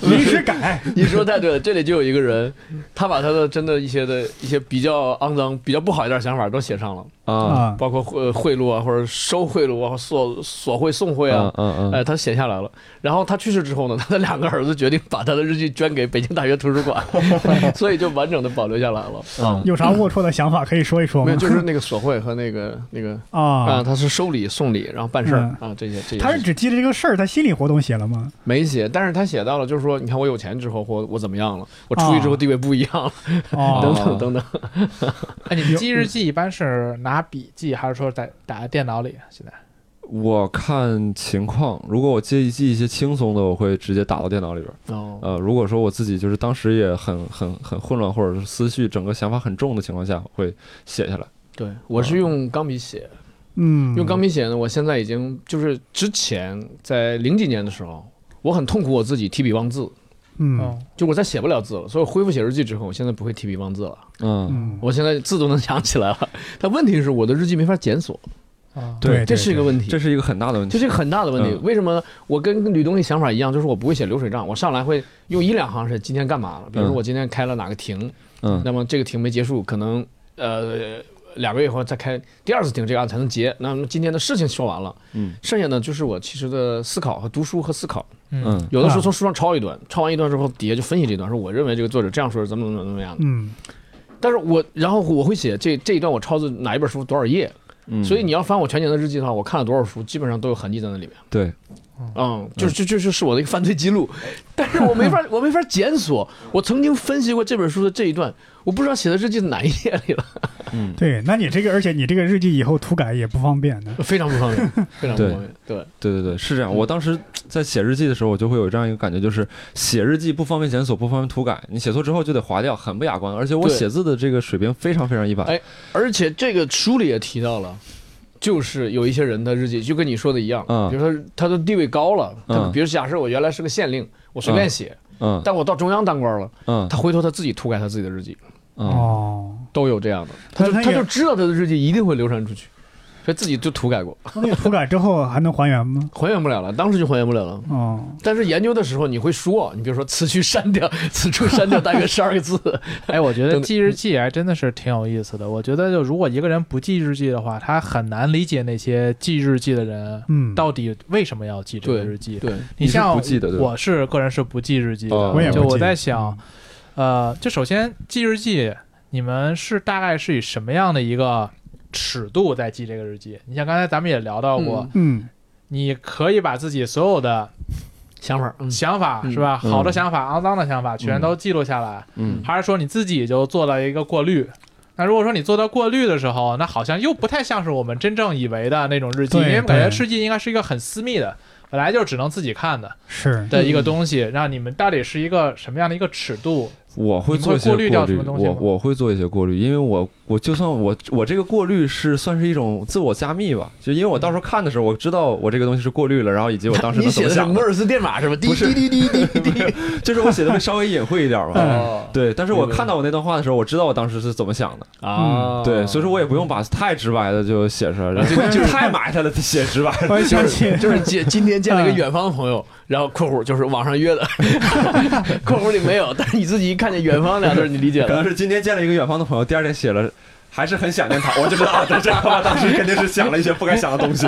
临时改，
你说太对了，这里就有一个人，他把他的真的一些的一些比较肮脏、比较不好一点想法都写上了，
[laughs] 啊
啊，
包括贿贿赂啊，或者收贿赂啊，索索贿送贿啊
嗯，嗯
哎，他写下来了。然后他去世之后呢， [laughs] 他的两个儿子决定把他的日记捐给北京大学图书馆，
[laughs]
所以就完整的保留下来了。
嗯
有啥龌龊的想法可以说一说
没
吗
有，？就是那个索贿和那个那个啊，
啊，嗯
他是收礼送礼，然后办事儿啊，这些这些事情。
他是只记得这个事儿，他心理活动写了
[laughs]
吗？
没写，但是他写到了，就是说，你看我有钱之后，或我怎么样了，我出去
啊
之后地位不一样了，
哦，
等等等等。
哎，你们记日记一般是拿笔记，还是说在打在电脑里？现在
我看情况，如果我记记一些轻松的，我会直接打到电脑里边儿。
哦，
呃，如果说我自己就是当时也很很很混乱，或者是思绪整个想法很重的情况下，我会写下来。
对，我是用钢笔写，
嗯，
用钢笔写呢，我现在已经就是之前在零几年的时候，我很痛苦我自己提笔忘字，
嗯
嗯，
就我再写不了字了，所以我恢复写日记之后，我现在不会提笔忘字了，
嗯，
嗯，
我现在字都能想起来了，但问题是我的日记没法检索，
啊，
哎对
对，
这是一个问题。
这是一个很大的问
这
题。
是一个很大的问题，
嗯
为什么呢？我跟吕东的想法一样，就是我不会写流水账，我上来会用一两行是今天干嘛了，比如说
嗯
我今天开了哪个庭，
嗯
那么这个庭没结束，可能呃两个月后再开第二次庭，这个案才能结。那么今天的事情说完了，
嗯
剩下呢就是我其实的思考和读书和思考。
嗯
嗯
有的时候从书上抄一段，抄完一段之后，底下就分析这段，说我认为这个作者这样说是怎么怎么怎么样的。
嗯，
但是我然后我会写这这一段我抄自哪一本书多少页，
嗯，
所以你要翻我全年的日记的话，我看了多少书，基本上都有痕迹在那里面。
对，
嗯，就就就就是我的一个犯罪记录， [laughs] 但是我没法我没法检 [laughs] 索。我曾经分析过这本书的这一段，我不知道写在日记的哪一页里了，
嗯
对，那你这个，而且你这个日记以后涂改也不方便的。
[laughs] 非常不方便， [laughs] 非常不方便。对，
对对对，是这
嗯
样。我当时在写日记的时候，我就会有这样一个感觉，就是写日记不方便检索，不方便涂改，你写错之后就得划掉，很不雅观。而且我
对
写字的这个水平非常非常一般。
哎而且这个书里也提到了。就是有一些人的日记，就跟你说的一样，
嗯
比如说他的地位高了，他
嗯
比如假设我原来是个县令，我随便写，
嗯
但我到中央当官了，
嗯
他回头他自己涂改他自己的日记，
嗯
哦，
都有这样的，他就
但他
他
也
就知道他的日记一定会流传出去，所以自己就涂改过，
那个涂改之后还能还原吗？
还原不了了，当时就还原不了了。
哦，
但是研究的时候你会说，你比如说此去删掉， [laughs] 此处删掉大约十二个字，
[laughs]
哎，我觉得
等
记
嗯
日记还真的是挺有意思的。我觉得，就如果一个人不记日记的话，他很难理解那些记日记的人
嗯，
到底为什么要记这个
[laughs] 对
日记。
对，
你是
像
不记得对吧
我是个人是不记日记的，
哦嗯我
也不
就我
记
在想，呃，就首先记日记，你们是大概是以什么样的一个尺度在记这个日记？你像刚才咱们也聊到过，
嗯
嗯，
你可以把自己所有的
想法，嗯，
想法、
嗯
是吧，
嗯
好的想法、肮脏的想法全都记录下来，
嗯
还是说你自己就做了一个过滤？那如果说你做到过滤的时候，那好像又不太像是我们真正以为的那种日记，因
对
为感觉
对
日记应该是一个很私密的，本来就只能自己看的。 [laughs]
是，
的一个东西，让你们到底是一个什么样的一个尺度？
我会做一些
你会过滤掉什么东西
我
吗
我会做一些过滤，因为我我就算我我这个过滤是算是一种自我加密吧，就因为我到时候看的时候，我知道我这个东西是过滤了，然后以 [laughs] 及我当时
你
能怎么
[laughs]
写的是
想
摩
的，
尔斯电码是吧？滴
不是
滴滴滴滴滴滴，
就是我写的会稍微隐晦一点嘛。
[laughs]
嗯
哦
对，但是我看到我那段话的时候，我知道我当时是怎么想的。
啊
嗯
对，所以说我也不用把太直白的就写出来， [laughs] 然后
就
就太埋汰了，写直白。
我
就
想起
是就是 [laughs] 今今天见了一个远方的朋友，然后括弧就是网上 [laughs] 约的，括弧里没有，但是你自己一看见远方俩字儿，你理解
可能
了。
是今天见了一个远方的朋友，第二天写了。还是很想念他，我就知道啊这这话当时肯定是想了一些不该想的东西。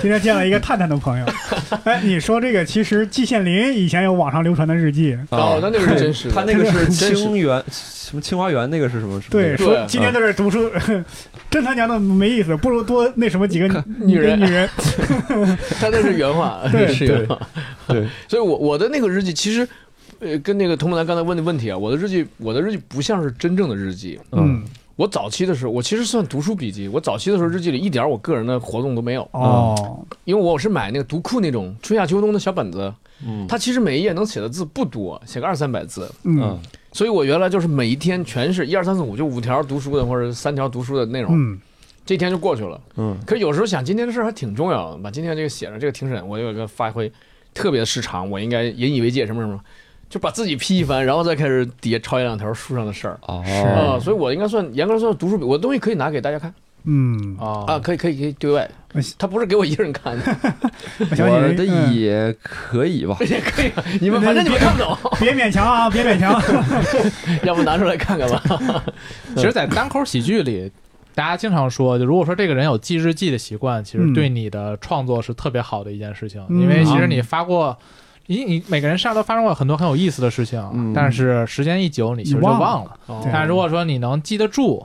今天见了一个探探的朋友，哎，你说这个其实季羡林以前有网上流传的日记，
哦，那那个是真实的，
他那个是
真实
清源什么清华园那个是什么？什么
对
对，说今天在这儿读书， [laughs] 真他娘的没意思，不如多那什么几个
女人
女人，
他那是原话，
对
是原话。
对，
所以我我的那个日记其实，呃，跟那个童木南刚才问的问题啊，我的日记，我的日记不像是真正的日记。
嗯
嗯，
我早期的时候，我其实算读书笔记。我早期的时候，日记里一点我个人的活动都没有，
哦，
因为我是买那个读库那种春夏秋冬的小本子，
嗯
它其实每一页能写的字不多，写个二三百字。
嗯
嗯
所以我原来就是每一天全是一二三四五，就五条读书的或者三条读书的内容，
嗯，
这一天就过去了。
嗯
可是有时候想，今天的事儿还挺重要的，把今天这个写上，这个庭审我有一个发挥特别失常，我应该引以为戒，什么什么，就把自己批一番，然后再开始底下抄一两条书上的事儿啊、
哦，
所以我应该算严格算读书笔，我东西可以拿给大家看
嗯，
啊
啊，可以可以可以对外
我想，
他不是给我一个人
[laughs]
看的，
我想起
我
了
的
嗯
也可以吧。
也可以，你们反正你们看不懂，
别勉强啊，别勉强， [laughs]
要不拿出来看看吧。
其实，在单口喜剧里，大家经常说，就如果说这个人有记日记的习惯，其实
嗯
对你的创作是特别好的一件事情，
嗯
因为其实你发过，你你每个人身上都发生过很多很有意思的事情，
嗯
但是时间一久，你其实就
你忘了
忘了。
哦
对
但如果说你能记得住，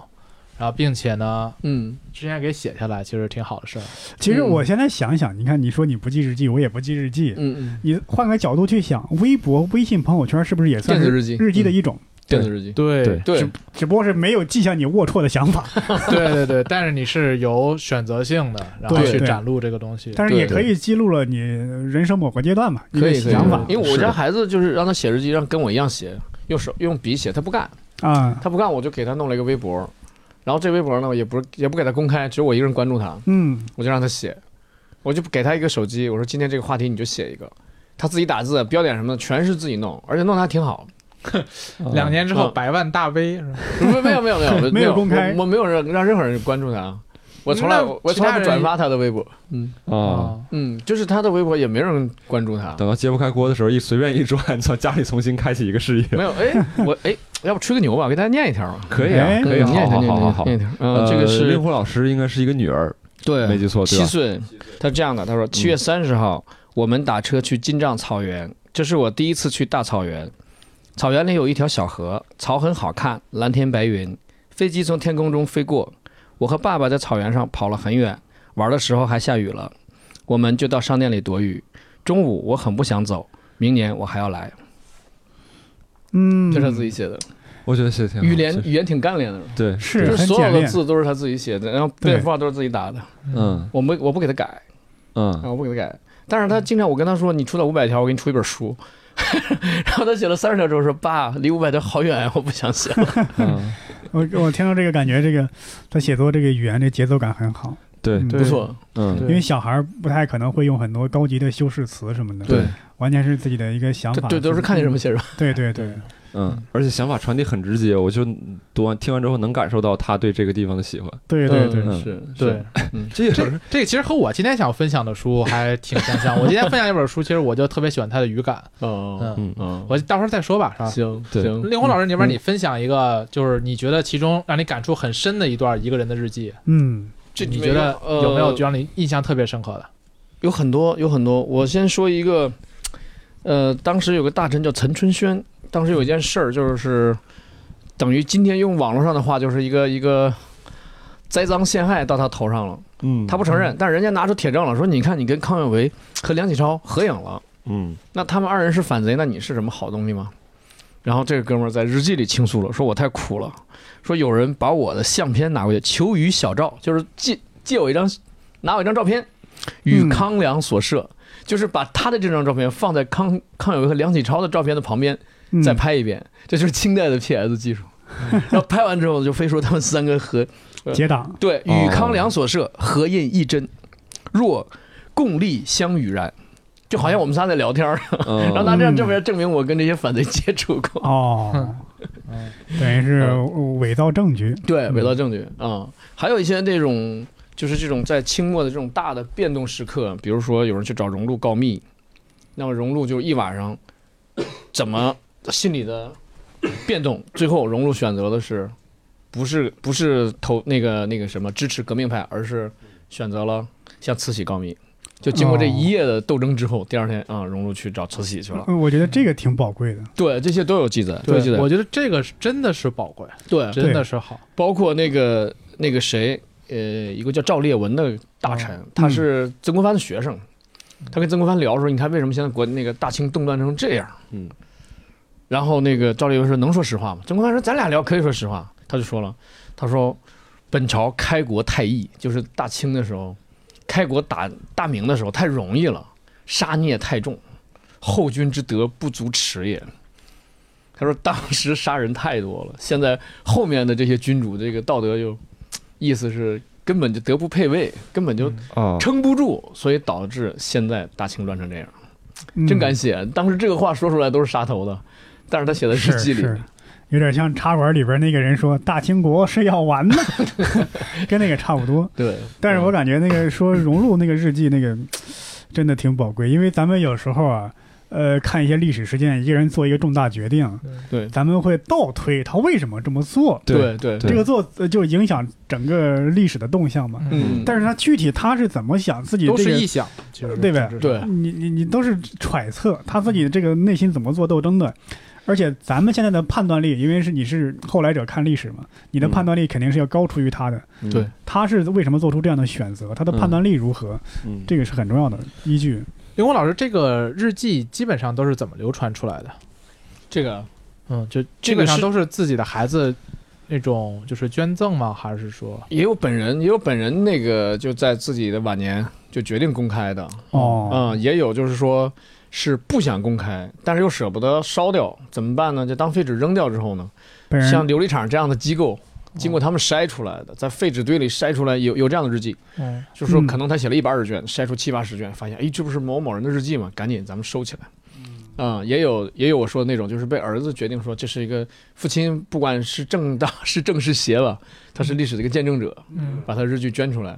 然后并且呢，
嗯，
之前给写下来，其实挺好的事儿。
其实
嗯
我现在想想，你看你说你不记日记，我也不记日记。
嗯嗯，
你换个角度去想，微博、微信朋友圈是不是也算
电子
嗯是
日记，
日记的一种？
电子日记，
对
[laughs]
对
对
是只不过是没有记下你龌龊的想法，
对对对，但是你是有选择性的，然后
对
去
对
展露这个东西。
但是也
对
可以记录了你人生某个阶段嘛，你
可
的
以可以
想法，
因为我
是
家孩子就是让他写日记，让跟我一样写，用手用笔写，他不干，
啊，
他不干，我就给他弄了一个微博，然后这微博呢也不是也不给他公开，只有我一个人关注他，
嗯，
我就让他写，我就给他一个手机，我说今天这个话题你就写一个，他自己打字标点什么的全是自己弄，而且弄得还挺好， [laughs]
两年之后
嗯
百万大 V 是吧？
没没有没有没有
没有公开
我我没有让让任何人关注他，我从来
那
我我
其
从
他
来
人
不转发他的微博，嗯
啊。
啊，
嗯，就是他的微博也没人关注他，
等到揭不开锅的时候，一随便一转，从家里重新开启一个事业，
没有哎我哎要不吹个牛吧，给大家念一条吧。
可以啊，
哎
[laughs] 可以，
嗯
好
念一条
好
念
好
一条
好好。
念一条嗯，这
呃
个是
令狐老师应该是一个女儿，
对，
没记错哦对
七
吧？嗯
岁，他是这样的，他说七月三十号，我们打车去金藏草原，这是我第一次去大草原。草原里有一条小河，草很好看，蓝天白云，飞机从天空中飞过。我和爸爸在草原上跑了很远，玩的时候还下雨了，我们就到商店里躲雨。中午我很不想走，明年我还要来。
嗯，
这是他自己写的，
我觉得谢天
语言
嗯是
语言挺干练的，
对
是
就是
很
所有
简
的
练
字都是他自己写的，然后
对
变化都是自己打的。
嗯
我没我不给他改，啊，
嗯，
我不给他改。但是他经常我跟他说，你出了五百条，我给你出一本书。 [laughs] 然后他写了三十条之后说：“爸，离五百条好远，啊我不想写了。
嗯
我我听到这个感觉，这个他写作这个语言这个节奏感很好，
对
嗯”
不错，
嗯
对
因为小孩儿不太可能会用很多高级的修饰词什么的，
对，
完全是自己的一个想
这
法，
对都是看见什么，写什么。
对对对，
嗯，而且想法传递很直接，我就读完听完之后能感受到他对这个地方的喜欢。
对对对，
嗯
是，
对，
这也
这
是
这其实和我今天想分享的书还挺相像。我今天分享一本书，其实我就特别喜欢它的语感。
哦，
嗯，
嗯，
我到时候再说吧，是吧？
行
对
行，
令狐老师，你要不然
嗯
你分享一个，就是你觉得其中让你感触很深的一段一个人的日记，
嗯
这
你觉得有没有就
呃
让你印象特别深刻的？
有很多有很多？我先说一个，呃，当时有个大臣叫陈春轩，当时有一件事儿，就是等于今天用网络上的话，就是一个一个栽赃陷害到他头上了。
嗯，
他不承认，但人家拿出铁证了，说你看你跟康有为和梁启超合影了，
嗯 [laughs]
那他们二人是反贼，那你是什么好东西吗？然后这个哥们儿在日记里倾诉了，说我太苦了，说有人把我的相片拿过去，求与小照，就是借借我一张，拿我一张照片，与
嗯
康梁所摄，就是把他的这张照片放在康康有为和梁启超的照片的旁边，
嗯，
再拍一遍，这就是清代的 PS
[laughs]
技术。然后拍完之后就非说他们三个和
结党，
对，
哦
与康梁所设，何印一真？若共利相与然，就好像我们仨在聊天儿， [laughs]
嗯，
然后拿这样证明证明我跟这些反贼接触过，
哦，
嗯，
等于是
嗯
伪造证据，
对，伪造证据啊、还有一些这种就是这种在清末的这种大的变动时刻，比如说有人去找荣禄告密，那么荣禄就一晚上怎么心里的变动，最后荣禄选择的是不是不是投那个那个什么支持革命派，而是选择了向慈禧告密。就经过这一夜的斗争之后，第二天啊，荣禄去找慈禧去了。
嗯，我觉得这个挺宝贵的，
对，这些都有记载，都有记载。
我觉得这个是真的是宝贵，
对，
真的是好。
包括那个那个谁，呃，一个叫赵烈文的大臣，他是曾国藩的学生，他跟曾国藩聊说，你看为什么现在国那个大清动乱成这样？
嗯，
然后那个赵烈文说能说实话吗？曾国藩说咱俩聊可以说实话，他就说了，他说本朝开国太易，就是大清的时候，开国打大明的时候太容易了，杀孽太重，后君之德不足耻也。他说当时杀人太多了，现在后面的这些君主这个道德就，意思是根本就德不配位，根本
嗯
就
啊，
撑不住，所以导致现在大清乱成这样。
嗯
真敢写，当时这个话说出来都是杀头的，但是他写在日记里，
是是有点像茶馆里边那个人说“大清国是要完了”，
[laughs]
跟那个差不多。
对，
但是我感觉那个说荣禄那个日记那个，真的挺宝贵，因为咱们有时候啊，呃，看一些历史事件，一个人做一个重大决定，
对
咱们会倒推他为什么这么做，
对对
对
这个做呃就影响整个历史的动向嘛。
嗯，
但是他具体他是怎么想，自己
都
这
是
个
臆想，其实
对呗
政治上
对
你你你都是揣测他自己这个内心怎么做斗争的，而且咱们现在的判断力，因为是你是后来者看历史嘛，你的
嗯
判断力肯定是要高出于他的。
对，
他是为什么做出这样的选择？他的判断力如何？
嗯，
这个是很重要的依据。
刘工老师，这个日记基本上都是怎么流传出来的？
这个
嗯，就基
这
本
个
上
是
都是自己的孩子那种，就是捐赠吗？还是说，
也有本人，也有本人那个就在自己的晚年就决定公开的，
哦，
嗯，也有就是说是不想公开，但是又舍不得烧掉，怎么办呢？就当废纸扔掉之后呢，
本人哦
像琉璃厂这样的机构，经过他们筛出来的，在废纸堆里筛出来有有这样的日记，
嗯，
就是说
嗯
可能他写了一百二十卷，筛出七八十卷，发现哎，这不是某某人的日记吗？赶紧咱们收起来。
嗯
啊、也有也有我说的那种，就是被儿子决定说这是一个父亲，不管是正当 [laughs] 是正是邪吧，他是历史的一个见证者，
嗯
把他日剧捐出来，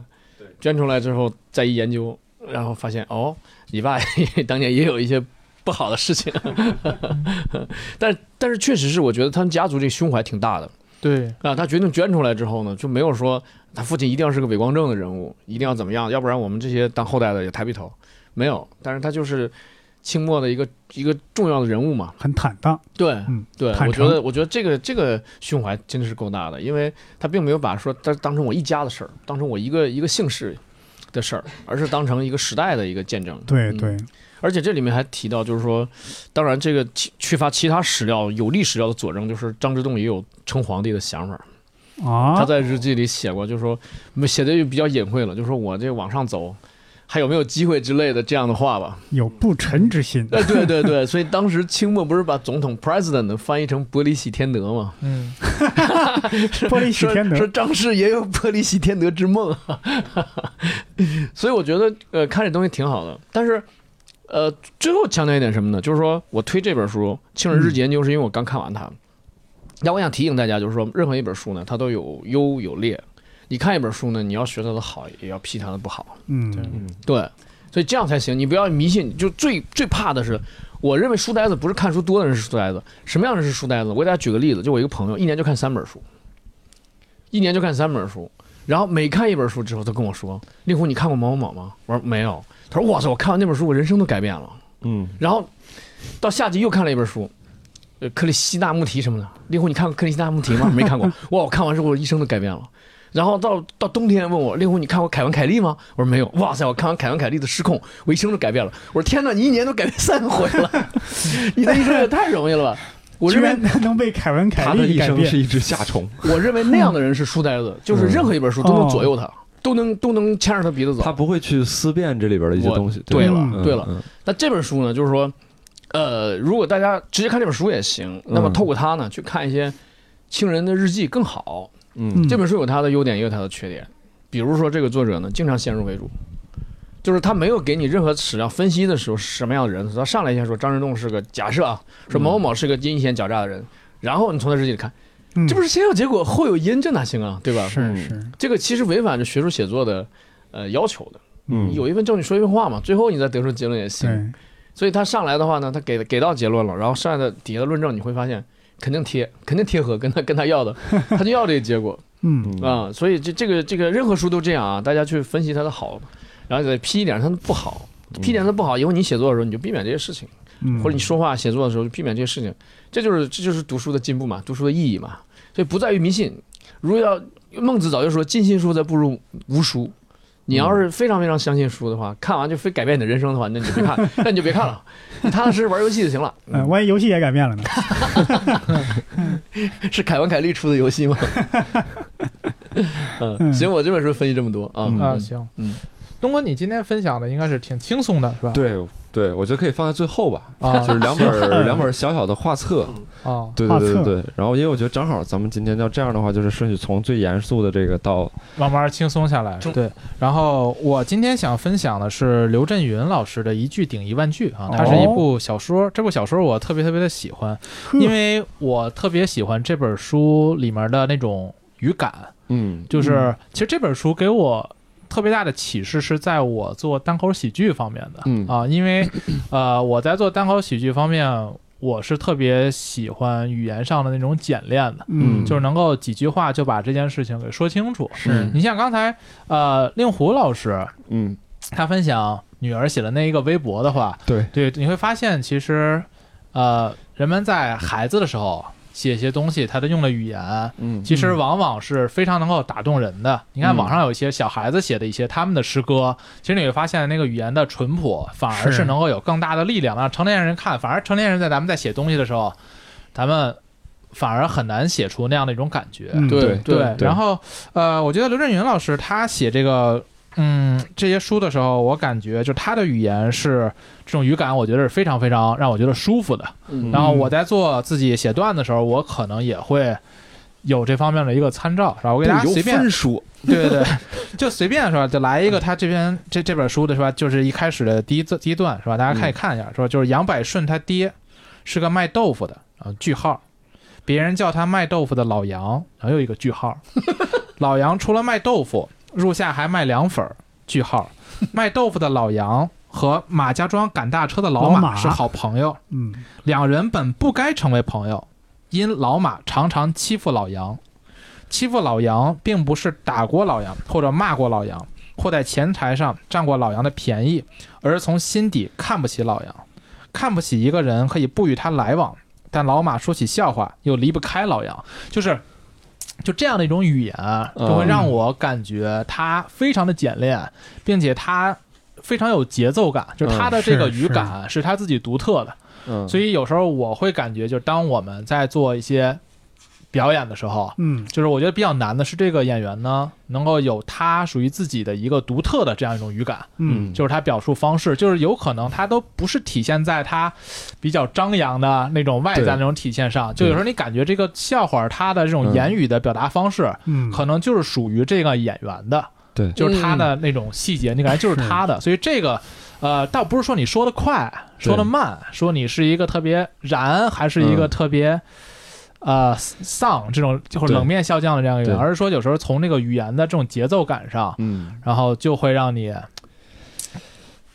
捐出来之后再一研究，然后发现哦，你爸也 [laughs] 当年也有一些不好的事情， [laughs] 但但是确实是，我觉得他们家族这胸怀挺大的
对，
啊。他决定捐出来之后呢，就没有说他父亲一定要是个伪光正的人物，一定要怎么样，要不然我们这些当后代的也抬不起头，没有。但是他就是清末的一个一个重要的人物嘛，
很坦荡，
对，
嗯
对，
坦
我觉
诚
得，我觉得这个这个胸怀真的是够大的，因为他并没有把说他当成我一家的事儿，当成我一个一个姓氏的事儿，而是当成一个时代的一个见证。
对
嗯
对，
而且这里面还提到，就是说，当然这个其缺乏其他史料有力史料的佐证，就是张之洞也有称皇帝的想法，他
啊，
在日记里写过，就是说没写的就比较隐晦了，就是说我这往上走。还有没有机会之类的这样的话吧？
有不臣之心。
哎，对对对，所以当时清末不是把总统 president 翻译成玻璃喜天德吗？
嗯，
玻璃喜天
嗯说
德
说张氏也有玻璃喜天德之梦，啊 [laughs] 所以我觉得呃看这东西挺好的。但是呃最后强调一点什么呢？就是说我推这本书《庆人日记研究》是因为我刚看完它。那我想提醒大家，就是说任何一本书呢，它都有优有劣。你看一本书呢，你要学它的好，也要批它的不好。
对
嗯，
对，所以这样才行。你不要迷信，就最最怕的是，我认为书呆子不是看书多的人是书呆子，什么样的人是书呆子？我给大家举个例子，就我一个朋友，一年就看三本书，一年就看三本书，然后每看一本书之后，他跟我说：“令狐，你看过某某某吗？”我说：“没有。”他说：“哇塞，我看完那本书，我人生都改变了。
嗯”
然后到下集又看了一本书。呃，克里希那穆提什么的，令狐，你看过克里希那穆提
[laughs]
吗？没看过。哇，我看完之后，我一生都改变了。然后到到冬天问我令狐，你看过凯文凯利吗？我说没有。哇塞，我看完凯文凯利的《失控》，我一生都改变了。我说天哪，你一年都改变三回
[laughs]
了，你的一生也太容易了吧？我
居
认为
然能被凯文凯
他的
利
一
改
生
变
是，一只夏虫，
[laughs] 我认为那样的人是书呆子，就是任何一本书都能左右他，都能都能牵着他鼻子
嗯
走
哦他。不会去思辨这里边的一些
我
东西。
对
吧
了
嗯
对了
嗯
那这本书呢，就是说，呃，如果大家直接看这本书也行，那么
嗯
透过它呢去看一些清人的日记更好。
嗯
嗯
这本书有它的优点，也有它的缺点。比如说，这个作者呢，经常先入为主，就是他没有给你任何史料分析的时候是什么样的人，他上来先说张之洞是个假设啊，说某某某是个阴险狡诈的人，然后你从他日记里看，
嗯
这不是先有结果后有因，这哪行啊，对吧？
是是，
这个其实违反着学术写作的呃要求的。
嗯
有一份证据说一份话嘛，最后你再得出结论也行。
对，
所以他上来的话呢，他给给到结论了，然后上来的底下的论证你会发现肯定贴，肯定贴合，跟他跟 [laughs] 他要的，他就要这个结果。
嗯，
啊、所以这这个这个任何书都这样啊，大家去分析它的好，然后再批一点它的不好，批点它的不好，以后你写作的时候你就避免这些事情，
嗯
或者你说话写作的时候就避免这些事情，这就是这就是读书的进步嘛，读书的意义嘛，所以不在于迷信。如果要孟子早就说“尽信书则不如无书”，你要是非常非常相信书的话，看完就非改变你的人生的话，那你就别看，那你就别看了，你踏踏实实玩游戏就行了。
呃，万一游戏也改变了呢？
是凯文凯利出的游戏吗？嗯，
嗯
行，我这本书分析这么多啊，
啊，
嗯
行，
嗯，
东哥，你今天分享的应该是挺轻松的，是吧？
对对，我觉得可以放在最后吧，
啊
就是两本两本小小的画册，
啊，
对
画
对对
册
对。然后因为我觉得正好咱们今天要这样的话，就是顺序从最严肃的这个到
慢慢轻松下来。
中
对，然后我今天想分享的是刘震云老师的《一句顶一万句》
哦
啊，它是一部小说，这部小说我特别特别的喜欢，
呵
因为我特别喜欢这本书里面的那种语感，
嗯
就是其实这本书给我特别大的启示是在我做单口喜剧方面的，
嗯
啊，因为呃我在做单口喜剧方面，我是特别喜欢语言上的那种简练的，
嗯
就是能够几句话就把这件事情给说清楚。
是
你像刚才呃令狐老师
嗯，
他分享女儿写的那一个微博的话，
对
对，你会发现其实呃人们在孩子的时候写一些东西，他的用的语言。
嗯
其实往往是非常能够打动人的。你看
嗯
网上有一些小孩子写的一些他们的诗歌，其实你会发现那个语言的淳朴，反而是
是
能够有更大的力量让成年人看。反而成年人在咱们在写东西的时候，咱们反而很难写出那样的一种感觉。
嗯
对
对对
然后呃，我觉得刘震云老师他写这个。嗯，这些书的时候，我感觉就他的语言是这种语感，我觉得是非常非常让我觉得舒服的。
嗯
然后我在做自己写段子的时候，我可能也会有这方面的一个参照，然后我给大家随便，
数，
对对对，就随便是吧？就来一个他这边这这本书的是吧？就是一开始的第一字第一段是吧？大家可以看一下，说就是杨百顺他爹是个卖豆腐的，然后句号，别人叫他卖豆腐的老杨，然后又一个句号，老杨除了卖豆腐，入夏还卖凉粉儿，句号，卖豆腐的老杨和马家庄赶大车的老
老
马
马
是好朋友。
嗯，
两人本不该成为朋友，因老马常常欺负老杨。欺负老杨，并不是打过老杨或者骂过老杨，或在钱财上占过老杨的便宜，而是从心底看不起老杨，看不起一个人可以不与他来往。但老马说起笑话，又离不开老杨，就是。就这样的一种语言，就会让我感觉他非常的简练，并且他非常有节奏感，就是他的这个
嗯是
语感是他自己独特的。
嗯，
所以有时候我会感觉，就是当我们在做一些表演的时候，
嗯，
就是我觉得比较难的是这个演员呢，能够有他属于自己的一个独特的这样一种语感，
嗯，
就是他表述方式，就是有可能他都不是体现在他比较张扬的那种外在
对
那种体现上，就有时候你感觉这个笑话他的这种
嗯
言语的表达方式，
嗯，
可能就是属于这个演员的，
对
就是他的那种细节，你感觉就是他的，所以这个，呃，倒不是说你说的快，说的慢，说你是一个特别燃，还是一个
嗯
特别。呃，丧这种就是
对
冷面笑匠的这样一个人，
对
而是说有时候从这个语言的这种节奏感上，
嗯
然后就会让你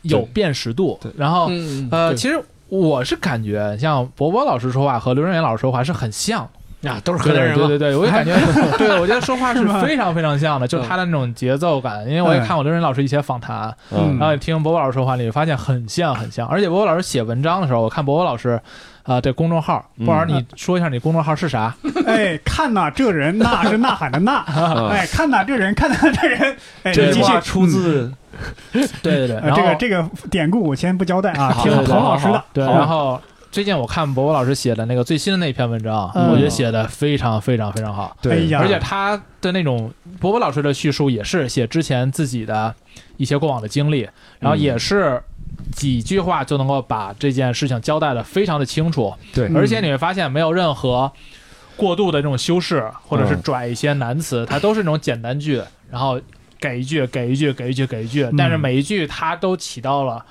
有
对
辨识度
对。
然后，
嗯
呃，
对
其实我是感觉像博博老师说话和刘润元老师说话是很像的
啊都是河南人
对
嘛，
对对，对我也感觉，对我觉得说话是非常非常像的，就他的那种节奏感。因为我也看我刘仁老师一些访谈，
嗯
然后也听博博老师说话，你会发现很像很像。而且博博老师写文章的时候，我看博博老师，啊，对公众号，
嗯
博老师你说一下你公众号是啥？
哎，看呐，这人呐是呐喊的呐，
嗯
哎，看呐，这人，看呐，这人，哎，
啊这
你继续
话出自
对对对，
呃
然后
这个这个典故我先不交代啊，
好
听
对对
彭老师的，
对，
好
然后。最近我看博博老师写的那个最新的那篇文章，
嗯
我觉得写的非常非常非常好，
哎呀，
而且他的那种博博老师的叙述也是写之前自己的一些过往的经历，然后也是几句话就能够把这件事情交代的非常的清楚，
对
嗯
而且你会发现没有任何过度的这种修饰或者是
嗯
拽一些难词，它都是那种简单句，然后给一句给一句给一句给一句，但是每一句它都起到了。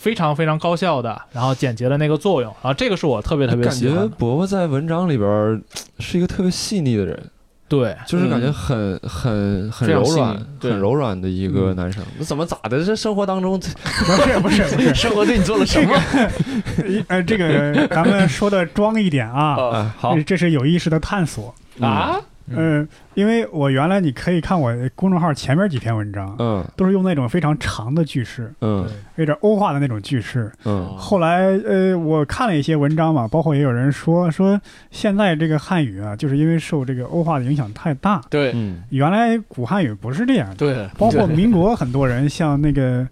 非常非常高效的，然后简洁的那个作用，然后这个是我特别特别
感
喜
觉
欢的，
伯伯在文章里边儿是一个特别细腻的人，
对，
就是感觉
嗯
很很很
非常
柔
细腻
软、
对，
很柔软的一个男生。那怎么咋的？这生活当中，
不是不是不
[laughs]
是
生活对你做了什么？
呃，这个咱们说的装一点啊，
啊
哎，好
这这是有意识的探索。
啊，
嗯、因为我原来你可以看我公众号前面几篇文章，
嗯
都是用那种非常长的句式，
嗯
有点欧化的那种句式。
嗯
后来呃，我看了一些文章嘛，包括也有人说说现在这个汉语啊，就是因为受这个欧化的影响太大，
对
嗯
原来古汉语不是这样的。
对，
包括民国很多人，像那个，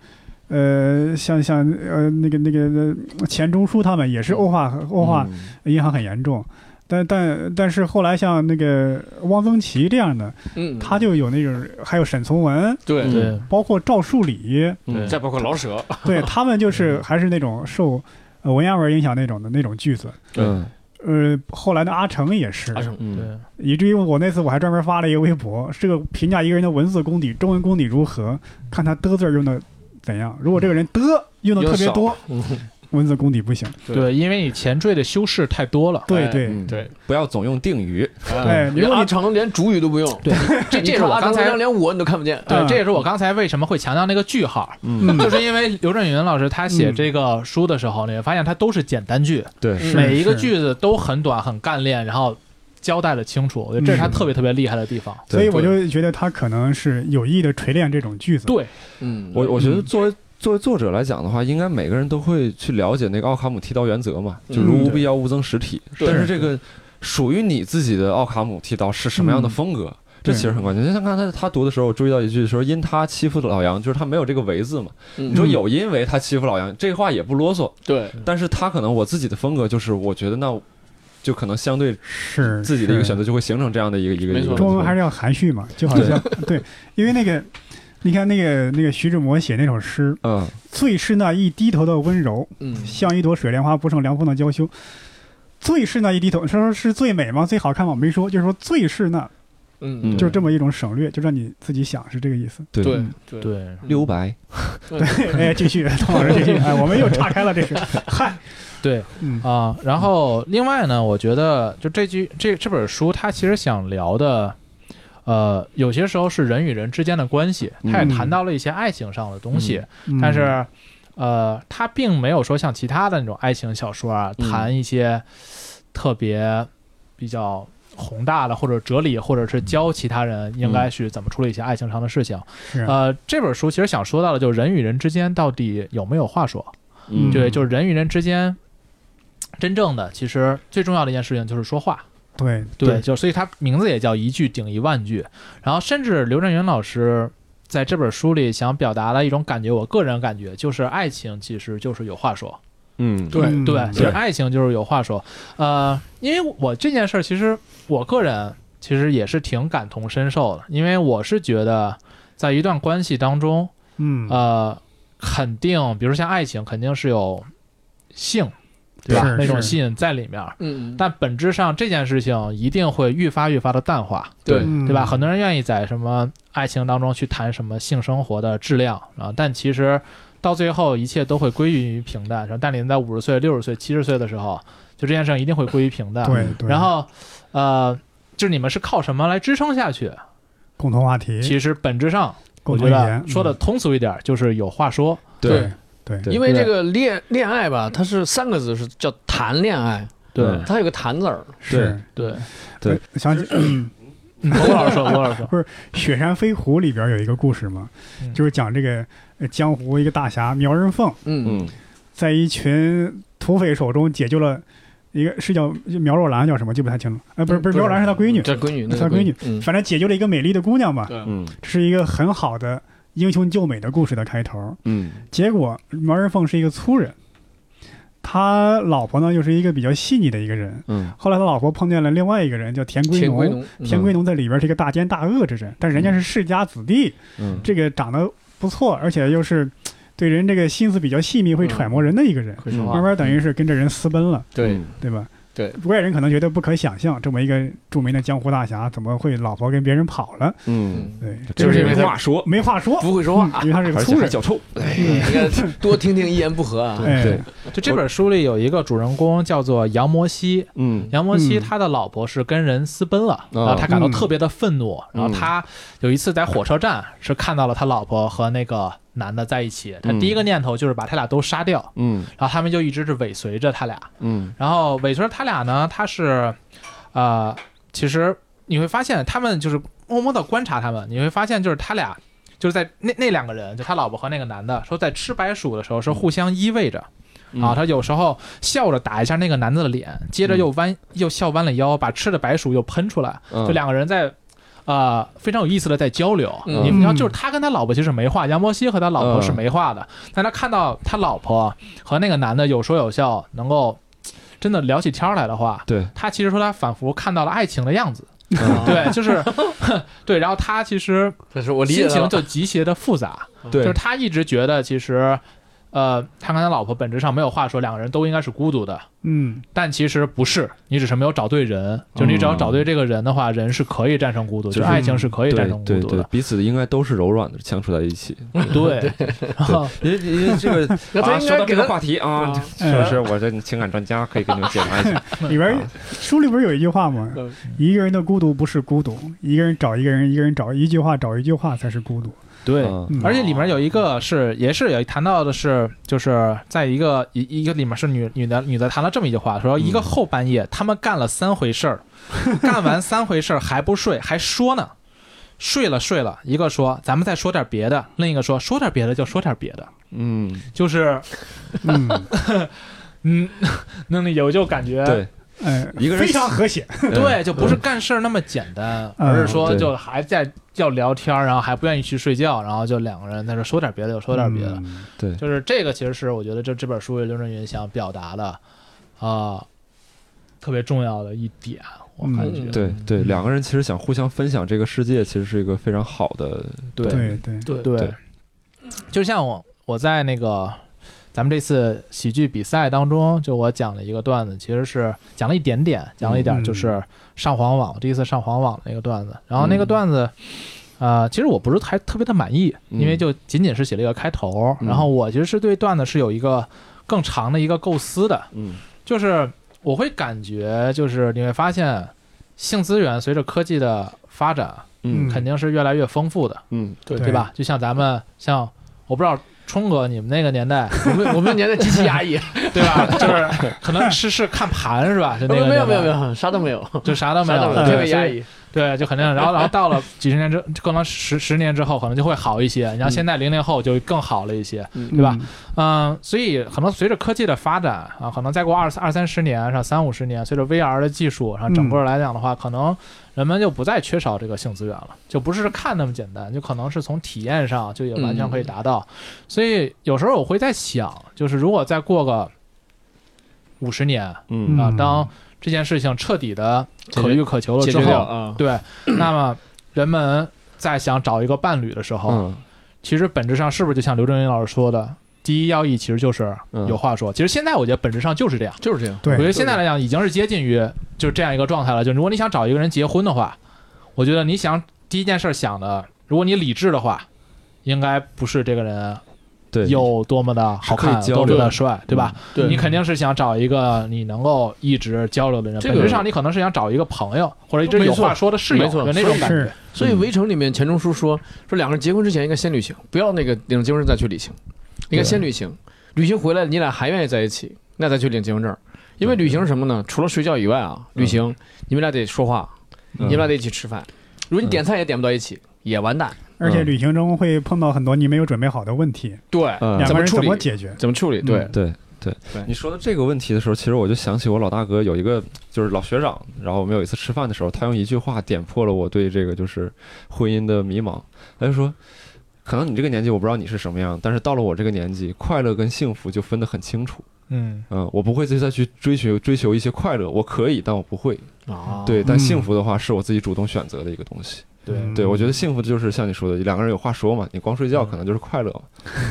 呃，像像呃那个那个呃钱钟书他们也是欧化欧化
嗯
影响很严重，但但但是后来像那个汪曾祺这样的，
嗯，
他就有那种，还有沈从文，
对
嗯
对
包括赵
[laughs]
树理，
嗯
再包括老舍，
对他们就是还是那种受呃文言文影响那种的那种句子。
嗯
呃，后来的阿成也是
阿，成，
嗯
对，
以至于我那次我还专门发了一个微博，这个评价一个人的文字功底、中文
嗯
功底如何，看他的字儿用的怎样。如果这个人的用的特别多，文字功底不
哎
行。
对
对，因为你前缀的修饰太多了。
对
哎
对，
嗯
对，
不要总用定语。
哎
你
如果
阿
你
成连主语都不用，
对，
[laughs] 这这是我
我
阿
刚才
成连我你都看不见，哎
对，
嗯
这也是我刚才为什么会强调那个句号，
嗯，
就是因为刘震云老师他写这个书的时候，你会发现他都是简单句，
对
嗯
每一个
是
句子都很短很干练，然后交代的清楚，我觉得这是他
嗯
特别特别厉害的地方。
所以我
对
就觉得他可能是有意的锤炼这种句子。，
对，
嗯，
我我觉得作为作为作者来讲的话，应该每个人都会去了解那个奥卡姆剃刀原则嘛，就如
嗯
无
对
必要，勿增实体。
对
但是这个属于你自己的奥卡姆剃刀是什么
嗯
样的风格？这其实很关键，就像刚才他读的时候，我注意到一句说“因他欺负老杨”，就是他没有这个“为”字嘛。
嗯嗯
你说有因为他欺负老杨，这话也不啰嗦，
对，
但是他可能我自己的风格就是，我觉得那就可能相对
是
自己的一个选
择。
择就会形成这样的一个一个
没
一
错
个。
中文还是要含蓄嘛，就好像对，因为那个，你看那个那个徐志摩写那首诗
嗯，
“最是那一低头的温柔，
嗯，
像一朵水莲花不胜凉风的娇羞”。最是那一低头，他说是最美吗？最好看吗？没说，就是说最是那，
嗯
嗯，
就是这么一种省略，就让你自己想是这个
[laughs]
意思。
对
对
嗯
对
对，
留白，
哎，继续，唐老师
[laughs]
继续，哎，我们又岔开了，这是，嗨，
对
嗯
啊、然后另外呢，我觉得就这句这这本书，它其实想聊的，呃，有些时候是人与人之间的关系，它也
嗯
谈到了一些爱情上的东西，
嗯
但是，呃，它并没有说像其他的那种爱情小说啊，
嗯
谈一些特别比较宏大的，或者哲理，或者是教其他人应该去怎么处理一些爱情上的事情。
是啊
呃，这本书其实想说到的就是人与人之间到底有没有话说？
嗯，
对，就是人与人之间。真正的，其实最重要的一件事情就是说话，
对
对，，呃就所以他名字也叫一句顶一万句。然后甚至刘震云老师在这本书里想表达的一种感觉，我个人感觉就是爱情其实就是有话说，
嗯，
对
嗯
对，其实
对
爱情就是有话说。呃，因为我这件事儿，其实我个人其实也是挺感同身受的，因为我是觉得在一段关系当中，
嗯，
呃，肯定，比如像爱情，肯定是有性，对吧
是？
那种
是
吸引在里面儿。
嗯，
但本质上这件事情一定会愈发愈发的淡化，
对
嗯
对吧？很多人愿意在什么爱情当中去谈什么性生活的质量啊，但其实到最后一切都会归于平淡。但你在五十岁、六十岁、七十岁的时候，就这件事情一定会归于平淡。
对对，
然后，呃，就是你们是靠什么来支撑下去？
共同话题，
其实本质上，
共
我
同
觉
语
得
言，
说的
嗯
通俗一点，就是有话说。
对
对
对
因为这个恋恋爱吧，它是三个字，是叫谈恋爱，
嗯
它有个谈字儿，
是，
对，
对
呃，想起
[clears throat]
嗯
嗯我老师说，我老师说，
《雪山飞狐》里边有一个故事嘛，
嗯
就是讲这个呃江湖一个大侠苗人凤
嗯，
嗯，
在一群土匪手中解救了一个是叫苗若兰叫什么记不太清了，呃，不是不是苗若兰是他闺女，
这闺女，那
她
个
闺女
嗯，
反正解救了一个美丽的姑娘嘛，
对，
嗯
这是一个很好的英雄救美的故事的开头。
嗯
结果苗人凤是一个粗人，他老婆呢又是一个比较细腻的一个人。
嗯
后来他老婆碰见了另外一个人叫田
田
农，
归农，嗯
田归农在里边是一个大奸大恶之人，但人家是世家子弟，
嗯，
这个长得不错，而且又是对人这个心思比较细密，会揣摩人的一个人，
会说
慢
话，
慢等于是跟这人私奔了，
嗯对，
嗯
对吧？
啊对
外人可能觉得不可想象，这么一个著名的江湖大侠，怎么会老婆跟别人跑了？
嗯，
嗯，
对，
就是因为
他
话说，
没话说，
不会说
嗯
话，
因为他是个
而且
粗
还
人，
脚臭，
对应该多听听一言不合啊，
哎，
对，
就这本书里有一个主人公叫做杨摩西，
嗯
杨摩西
嗯
他的老婆是跟人私奔了，
哦
然后他感到
嗯
特别的愤怒。
嗯
然后他有一次在火车站是看到了他老婆和那个男的在一起，他
嗯
第一个念头就是把他俩都杀掉。
嗯
然后他们就一直是尾随着他俩，
嗯
然后尾随着他俩呢，他是，呃，其实你会发现他们就是默默的观察他们，你会发现就是他俩就是在那那两个人，就他老婆和那个男的，说在吃白薯的时候是互相依偎着。
嗯
啊，他有时候笑着打一下那个男的的脸，接着又弯、又笑弯了腰，把吃的白薯又喷出来，
嗯
就两个人在。呃，非常有意思的在交流，
嗯
你知道，就是他跟他老婆其实没话，杨摩西和他老婆是
嗯
没话的，但他看到他老婆和那个男的有说有笑，能够真的聊起天儿来的话，
对，
他其实说他仿佛看到了爱情的样子，
嗯
对，就是 [laughs] 对，然后他其实
但是我理解
心
了
情就极其的复杂，
对
就是他一直觉得其实，呃，他跟他老婆本质上没有话说，两个人都应该是孤独的，
嗯
但其实不是，你只是没有找对人。就你只要找对这个人的话，人是可以战胜孤独，
就是
嗯就爱情是可以战
对
胜孤
对
独
对
的，。
彼此应该都是柔软的，相处在一起。
对， [laughs] 然后
因为因为这个
那他
啊，
应
说到
该
这
给
个
他
话题啊，是不
嗯
是我这情感专家可以给你们解答一 [laughs] 下？
里边书里不是有一句话吗
嗯？
一个人的孤独不是孤独，一个人找一个人，一个人找一句话找一句话才是孤独。
对
嗯
嗯
而且里面有一个是也是有谈到的是，就是在一个一一个里面是女女的女的谈了这么一句话，说一个后半夜他们干了三回事
[laughs]
儿，干完三回事儿还不睡，还说呢，睡了睡了，一个说咱们再说点别的，另一个说说点别的就说点别的，
嗯，
就是
嗯，
嗯， [laughs] 那里有就感觉
对，
哎，
一个人
非常和谐。
对，就不是干事儿那么简单，
嗯
而是说
对
就还在要聊天儿，然后还不愿意去睡觉，然后就两个人在这说点别的就说点别的。
嗯
对，
就是这个，其实是我觉得这这本书里刘震云想表达的，啊、特别重要的一点，我感觉、
嗯
对对，两个人其实想互相分享这个世界，其实是一个非常好的
对
对对，
对
对
对
就像我我在那个咱们这次喜剧比赛当中，就我讲了一个段子，其实是讲了一点点，讲了一点，
嗯
就是上黄网，我第一次上黄网的那个段子。然后那个段子，呃，其实我不是还特别的满意，
嗯
因为就仅仅是写了一个开头。
嗯
然后我其实是对段子是有一个更长的一个构思的，
嗯
就是我会感觉，就是你会发现，性资源随着科技的发展，
嗯
肯定是越来越丰富的。
嗯，
对
对吧？就像咱们像我不知道冲哥你们那个年
[laughs]
代，
我们我们年代极其压抑，
对吧？就是可能是是看盘是
[laughs]
吧？就那
没
个
有没有没有没
有，
有，啥都没有，
就啥都没
啥
有
都没有，
了，
特
对
别压
所以
抑。
对，就肯定。然后然后到了几十年之，可能十十年之后，可能就会好一些。你
嗯
像现在零零后就更好了一些，
对
对吧？嗯，所以可能随着科技的发展啊，可能再过二二三十年，上三五十年，随着 VR 的技术，然
嗯
后整个来讲的话，可能人们就不再缺少这个性资源了，就不是看那么简单，就可能是从体验上就也完全可以达
嗯
到。所以有时候我会在想，就是如果再过个五十年啊，
嗯
嗯
当这件事情彻底的可遇可求了
解
之
决掉
后，
啊，
对，那么人们在想找一个伴侣的时候，
嗯
其实本质上是不是就像刘震云老师说的，第一要义其实就是
嗯
有话说。其实现在我觉得本质上就是这样。
就是这样。
我觉
对
得现在来讲已经是接近于就是这样一个状态了。就如果你想找一个人结婚的话，我觉得你想第一件事想的，如果你理智的话，应该不是这个人
对，
有多么的
是
好
可
看
以、交
多
流
么
的
的帅，对吧？
对
你肯定是想找一个你能够一直交流的人。
这个
本质上你可能是想找一个朋友，或者一直
没
有
错
话说的室友，
没错
就那种感
是
觉。
所以《围城》里面钱钟书说说两个人结婚之前应该先旅行，不要那个领结婚证再去旅行，应该先旅行，旅行回来你俩还愿意在一起，那再去领结婚证。因为旅行是什么呢？除了睡觉以外啊，
嗯
旅行你们俩得说话，
嗯
你们俩得一起吃饭。如果你点菜也点不到一起，也完蛋。
而且
嗯
旅行中会碰到很多你没有准备好的问题，
对，
嗯
两个人
啊怎么处
怎
理
么解决？
怎么处理？对，
对对
对
你说到这个问题的时候，其实我就想起我老大哥有一个就是老学长，然后我们有一次吃饭的时候，他用一句话点破了我对这个就是婚姻的迷茫。他就说，可能你这个年纪我不知道你是什么样，但是到了我这个年纪，快乐跟幸福就分得很清楚。
嗯，
嗯，我不会再再去追求追求一些快乐，我可以，但我不会。
啊
[laughs] 对，但
嗯
幸福的话是我自己主动选择的一个东西。
对
嗯
对，我觉得幸福就是像你说的，两个人有话说嘛，你光睡
嗯
觉可能就是快乐
[laughs]
嘛，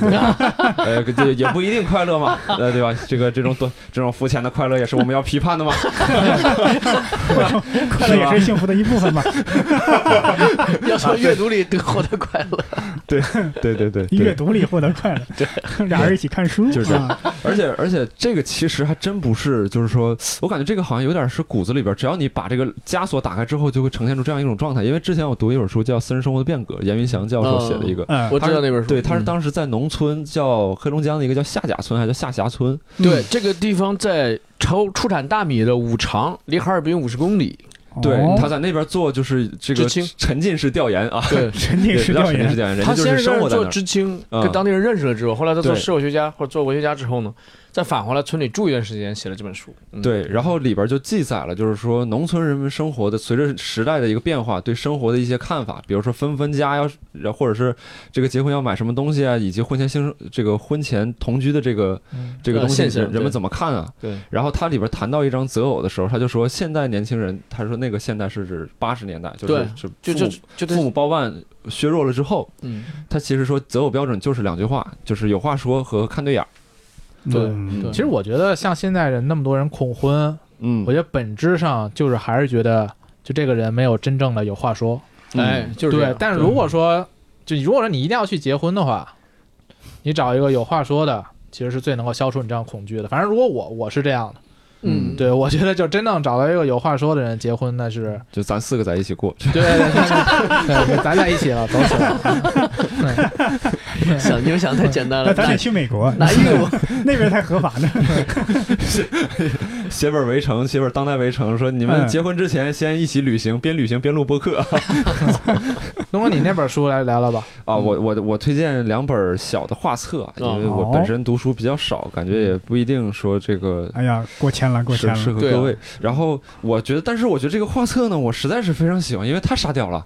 对呃，这也不一定快乐嘛，呃，对吧？这个这种多这种肤浅的快乐也是我们要批判的
[laughs]
嘛，
快乐也是幸福的一部分吧。
要从阅读里得获得快乐。
对对对
阅读里获得快乐，俩人一起看书，
就是这样
啊
而且而且这个其实还真不是，就是说我感觉这个好像有点是骨子里边儿，只要你把这个枷锁打开之后，就会呈现出这样一种状态。因为之前我读一本书叫《私人生活的变革》，严云翔教授写的一个。
嗯，
哦我知道那本书，
对，他是
嗯
当时在农村叫黑龙江的一个叫下贾村，还叫下峡村。
对这个地方在超出产大米的五常，离哈尔滨五十公里。
对
哦，
他在那边做就是这个
知青
沉浸式调研啊，
对，
沉浸式
对不叫
调
沉浸式
研，
调研，人
他
家就
先
是
是在
生
那
活
儿
在那
做
儿。
知青，
嗯
跟当地人认识了之后，后来他做
对
社会学家或者做文学家之后呢，再返回来村里住一段时间，写了这本书。嗯、
对，然后里边就记载了，就是说农村人们生活的随着时代的一个变化，对生活的一些看法，比如说分分家要，然后或者是这个结婚要买什么东西啊，以及婚前性这个婚前同居的这个
嗯
这个东西，
呃现象
人人们怎么看啊？
对，
然后它里边谈到一张择偶的时候，他就说现代年轻人，他说那个现代是指八十年代，就是
对
是
就
父
就
母
就
父
对，
母包办削弱了之后，
嗯，
他其实说择偶标准就是两句话，就是有话说和看对眼儿。
对
嗯
对
其实我觉得像现在人那么多人恐婚，
嗯
我，觉得本质上就是还是觉得就这个人没有真正的有话说。
嗯
哎，就是这
对
样，
但如果说就如果说你一定要去结婚的话，你找一个有话说的，其实是最能够消除你这样恐惧的。反正如果我我是这样的，
嗯， [laughs]
对我觉得就真正找到一个有话说的人结婚，那是
嗯
就咱四个在一起过， [laughs]
对对对对，咱在一起了，走起来。
想你们想得太简单
那
[laughs]
了，
咱得去美国，
哪有？
那边才合法呢。
写本围城，写本当代围城，说你们
嗯
结婚之前先一起旅行，边旅行边录播
[laughs]
客
东哥，你那本书来聊聊吧。
啊！我我我推荐两本小的画册，因
嗯
为
哦
我本身读书比较少，感觉也不一定说这个
哎呀，过签了，过
适
签
适
了。
合
对啊
各位。然后我觉得，但是我觉得这个画册呢，我实在是非常喜欢，因为太傻屌了。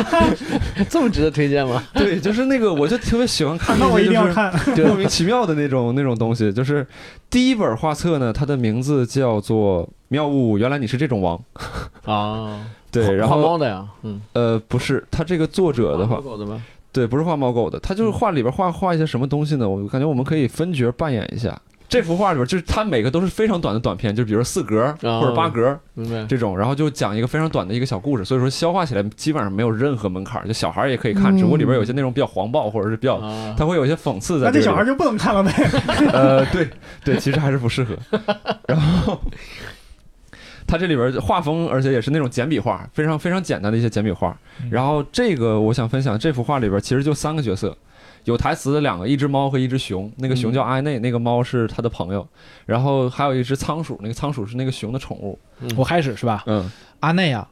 [laughs] 这么值得推
[laughs]
荐吗？
[laughs]
对，就是那个，我就特别喜欢看
啊那
那
我
些
一
就
定要
是
看。
[laughs]
莫名其妙的那种 [laughs] 那种东西。就是第一本画册呢，它的名字叫做《妙物》，原来你是这种王。
啊，
对，然
画
后
猫的呀，嗯，
呃，不是，他这个作者的话
画，狗的吧？
对，不是画猫狗的，他就是画里边画画一些什么东西呢？我感觉我们可以分角扮演一下。这幅画里边，就是它每个都是非常短的短片，就比如说四格或
啊
者八格
明白。
[laughs] 这种，然后就讲一个非常短的一个小故事，所以说消化起来基本上没有任何门槛，就小孩也可以看，只不过里边有些内容比较黄暴，或者是比较，
嗯啊，
它会有一些讽刺在
那
这个
这小
里
孩
边。
就不能看了呗？
[laughs] 呃，对对，其实还是不适合。然后它这里边画风，而且也是那种简笔画，非常非常简单的一些简笔画。然后这个我想分享，这幅画里边其实就三个角色，有台词的两个，一只猫和一只熊，那个熊叫阿内，那个猫是他的朋友，然后还有一只仓鼠，那个仓鼠是那个熊的宠物。
我开始是吧？
嗯，
阿内啊，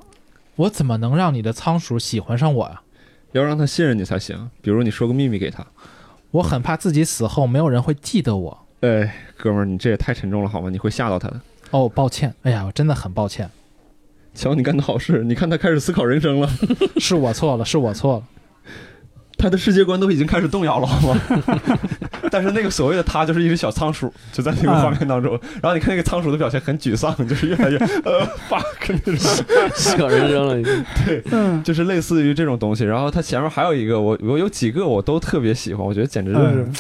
我怎么能让你的仓鼠喜欢上我呀、啊
要让它信任你才行，比如你说个秘密给它。
我很怕自己死后没有人会记得我。
哎，哥们儿，你这也太沉重了好吗？你会吓到它的。
哦，抱歉，哎呀，我真的很抱歉，
瞧你干的好事，你看它开始思考人生了，
[laughs] 是我错了，是我错了。
它的世界观都已经开始动摇了，好吗？ [laughs] 但是那个所谓的它就是一只小仓鼠，就在那个画面当中。然后你看那个仓鼠的表情很沮丧，就是越来 [laughs] 越呃 fuck 那种。
小人扔了已 [laughs] 经，
嗯，
就是类似于这种东西。然后它前面还有一个，我我有几个我都特别喜欢，我觉得简直就是、
嗯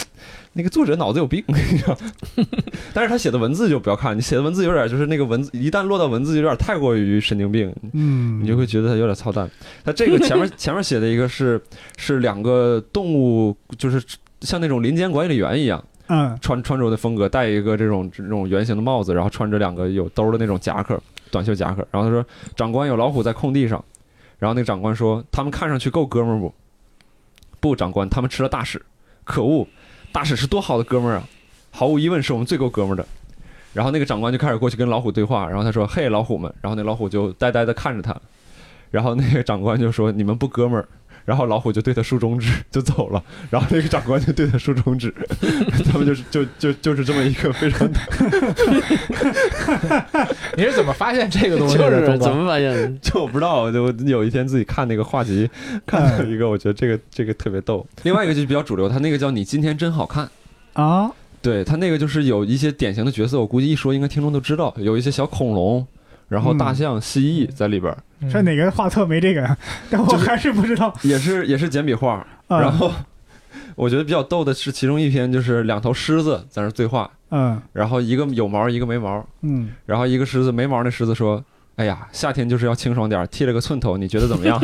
那个作者脑子有病，你知道？ [laughs] 但是他写的文字就不要看，你写的文字有点就是那个文字，一旦落到文字有点太过于神经病，
嗯，
你就会觉得他有点操蛋。他这个前面前面写的一个是是两个动物，就是像那种林间管理员一样。
嗯
穿穿着的风格，戴一个这种这种圆形的帽子，然后穿着两个有兜的那种夹克，短袖夹克。然后他说：“长官，有老虎在空地上。”然后那个长官说：“他们看上去够哥们儿不？不，长官，他们吃了大屎。可恶，大屎是多好的哥们儿啊！毫无疑问，是我们最够哥们儿的。”然后那个长官就开始过去跟老虎对话，然后他说：“嘿，老虎们。”然后那老虎就呆呆的看着他，然后那个长官就说：“你们不哥们儿。”然后老虎就对他竖中指就走了，然后那个长官就对他竖中指， [laughs] 他们就是就就就是这么一个非 [laughs] 常
你是怎么发现这个东西
就
的？
是
东
怎
哥？
么发现的？
就我不知道，我就我有一天自己看那个画集，看到一个，我觉得这个这个特别逗。嗯另外一个就是比较主流，他那个叫你今天真好看。
啊，
对他那个就是有一些典型的角色，我估计一说应该听众都知道，有一些小恐龙，然后大象、蜥蜴在里边儿，
嗯
说哪个画册没这个？但我还是不知道。
也是也是简笔画。
嗯
然后我觉得比较逗的是其中一篇就是两头狮子在那儿对话，
嗯
然后一个有毛一个没毛，
嗯，
然后一个狮子没毛，那狮子说：“哎呀，夏天就是要清爽点儿，剃了个寸头，你觉得怎么样？”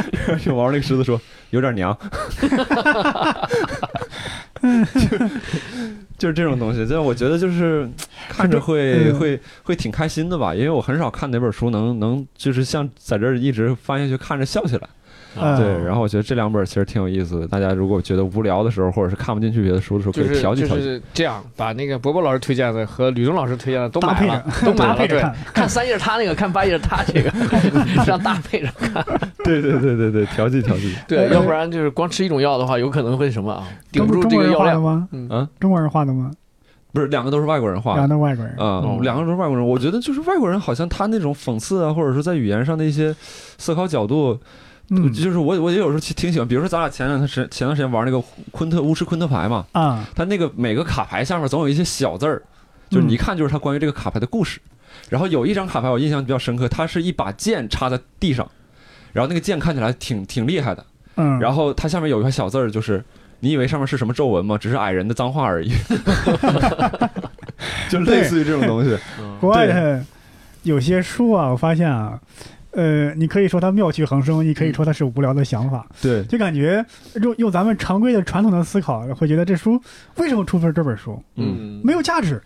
[laughs] 有毛那个狮子说：“有点娘。 [laughs] 就”就是这种东西，就是我觉得就是看着会
嗯
会会挺开心的吧，因为我很少看哪本书能能就是像在这儿一直翻下去看着笑起来。
啊
嗯
对，然后我觉得这两本其实挺有意思的，大家如果觉得无聊的时候，或者是看不进去别的书的时候，可
就
以
是
调剂
就
调剂。
是这样，把那个博博老师推荐的和吕东老师推荐的都
搭
买
配
了
着，
都买了，
[laughs] 搭配着
对，
看。
看三页他那个，看八页他
[laughs]
这个，让搭配着。
对对对对对，调剂调
[laughs]
剂。
对，
呃
要不然就是光吃一种药的话，有可能会什么啊，顶不
中
住
中
这
国
个
人
药
画的
量。
吗？
嗯
啊
中国人画的吗？
不是两个都是外国人画的
两。个外国人，
啊、
嗯
两个都是外国人，我觉得就是外国人好像他那种讽刺啊，或者说在语言上的一些思考角度，
嗯
就是我我也有时候挺挺喜欢，比如说咱俩前两天时前段时间玩那个昆特巫师昆特牌嘛，
啊，
他那个每个卡牌下面总有一些小字儿，就是你一看就是他关于这个卡牌的故事。然后有一张卡牌我印象比较深刻，它是一把剑插在地上，然后那个剑看起来挺挺厉害的，
嗯，
然后它下面有一块小字儿，就是你以为上面是什么皱纹吗？只是矮人的脏话
[laughs]
而已， [laughs] 就类似于这种东西。
嗯
国外的有些书啊，我发现啊，呃，你可以说它妙趣横生，你可以说它是无聊的想法，
对，
就感觉用用咱们常规的传统的思考，会觉得这书为什么出本这本书
嗯，
没有价
[laughs]
值？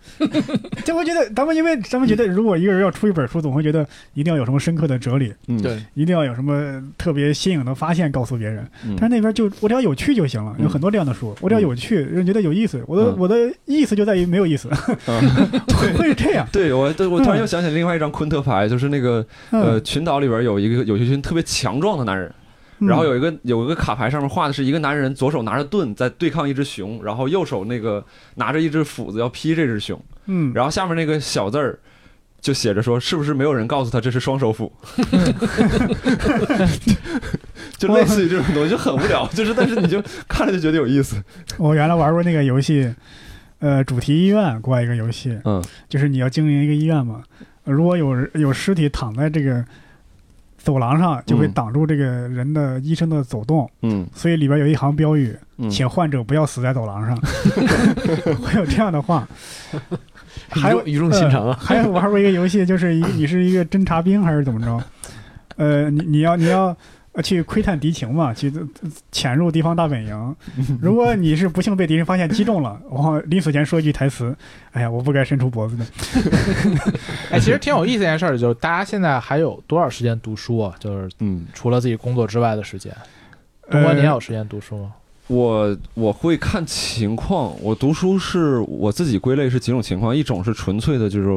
就会觉得咱们因为咱们觉得，如果一个人要出一本书，总会觉得一定要有什么深刻的哲理，
嗯，
对，
一定要有什么特别新颖的发现告诉别人。
嗯，
但是那边就我只要有趣就行了，
嗯
有很多这样的书，我只要有趣，人觉得有意思。我的
嗯
我的意思就在于没有意思，
嗯
会 [laughs] 会是这样。
对我，对我突然又想起另外一张昆特牌，就是那个呃，
嗯，
群岛里边有一个有一群特别强壮的男人，然
嗯
后有一个有一个卡牌上面画的是一个男人左手拿着盾在对抗一只熊，然后右手那个拿着一只斧子要劈这只熊，
嗯，
然后下面那个小字儿。就写着说，是不是没有人告诉他这是双手斧？ [laughs] 就类似于这种东西，就很无聊。就是，但是你就看着就觉得有意思。
[laughs] 我原来玩过那个游戏，呃，主题医院，国外一个游戏，
嗯
就是你要经营一个医院嘛。呃如果有人有尸体躺在这个走廊上，就会
嗯
挡住这个人的医生的走动，
嗯
所以里边有一行标语：“
嗯，
请患者不要死在走廊上。” [laughs] 会有这样的话。还有
语重语重心长 [laughs]
呃
啊，
还有玩过一个游戏，就是一你是一个侦察兵还是怎么着？呃，你你要你要呃去窥探敌情嘛，去呃潜入敌方大本营。如果你是不幸被敌人发现击中了，然后临死前说一句台词：“哎呀，我不该伸出脖子的。
哎，其实挺有意思一件事儿，就是大家现在还有多少时间读书啊？就是
嗯，
除了自己工作之外的时间，
呃
东哥，你还有时间读书吗？
我我会看情况，我读书是我自己归类是几种情况，一种是纯粹的，就是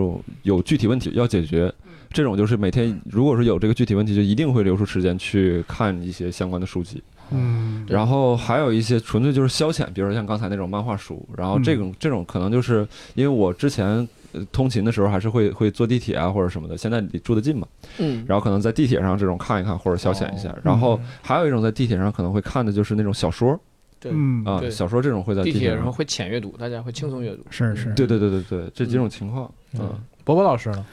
有具体问题要解决，这种就是每天如果是有这个具体问题，就一定会留出时间去看一些相关的书籍。
嗯
然后还有一些纯粹就是消遣，比如说像刚才那种漫画书，然后这种、这种可能就是因为我之前。呃通勤的时候还是会会坐地铁啊或者什么的，现在离住得近嘛，
嗯，
然后可能在地铁上这种看一看或者消遣一下
哦，
然后还有一种在地铁上可能会看的就是那种小说
对，
嗯
啊，
对
小说这种会在
地
铁
铁
上
然后会浅阅读，大家会轻松阅读，
是是，
对对对对对，这几种情况，嗯
嗯，波波老师呢？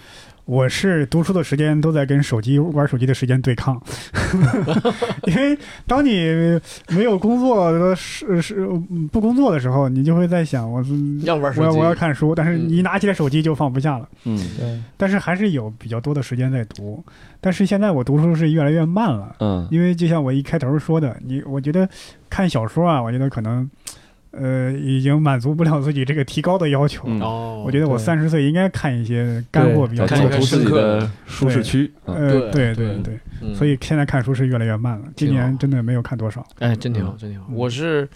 我是读书的时间都在跟手机玩手机的时间对抗，因为当你没有工作的是是嗯不工作的时候，你就会在想我
要玩手
我要
机
我要看书，但是
嗯
你一拿起来手机就放不下了。
嗯
对，
但是还是有比较多的时间在读，但是现在我读书是越来越慢了，
嗯
因为就像我一开头说的，你我觉得看小说啊，我觉得可能，呃，已经满足不了自己这个提高的要求。
嗯
哦，
我觉得我
对
三十岁应该看一些干货比较
要
多
看
走
一
的
看
出
书。
自己
深刻
的
的
舒适区，嗯
呃，
对
对
对
对，
嗯
所以现在看书是越来越慢了。今
挺
年
好
真的没有看多少。
哎，真挺好，
嗯
真挺好。
嗯
我是，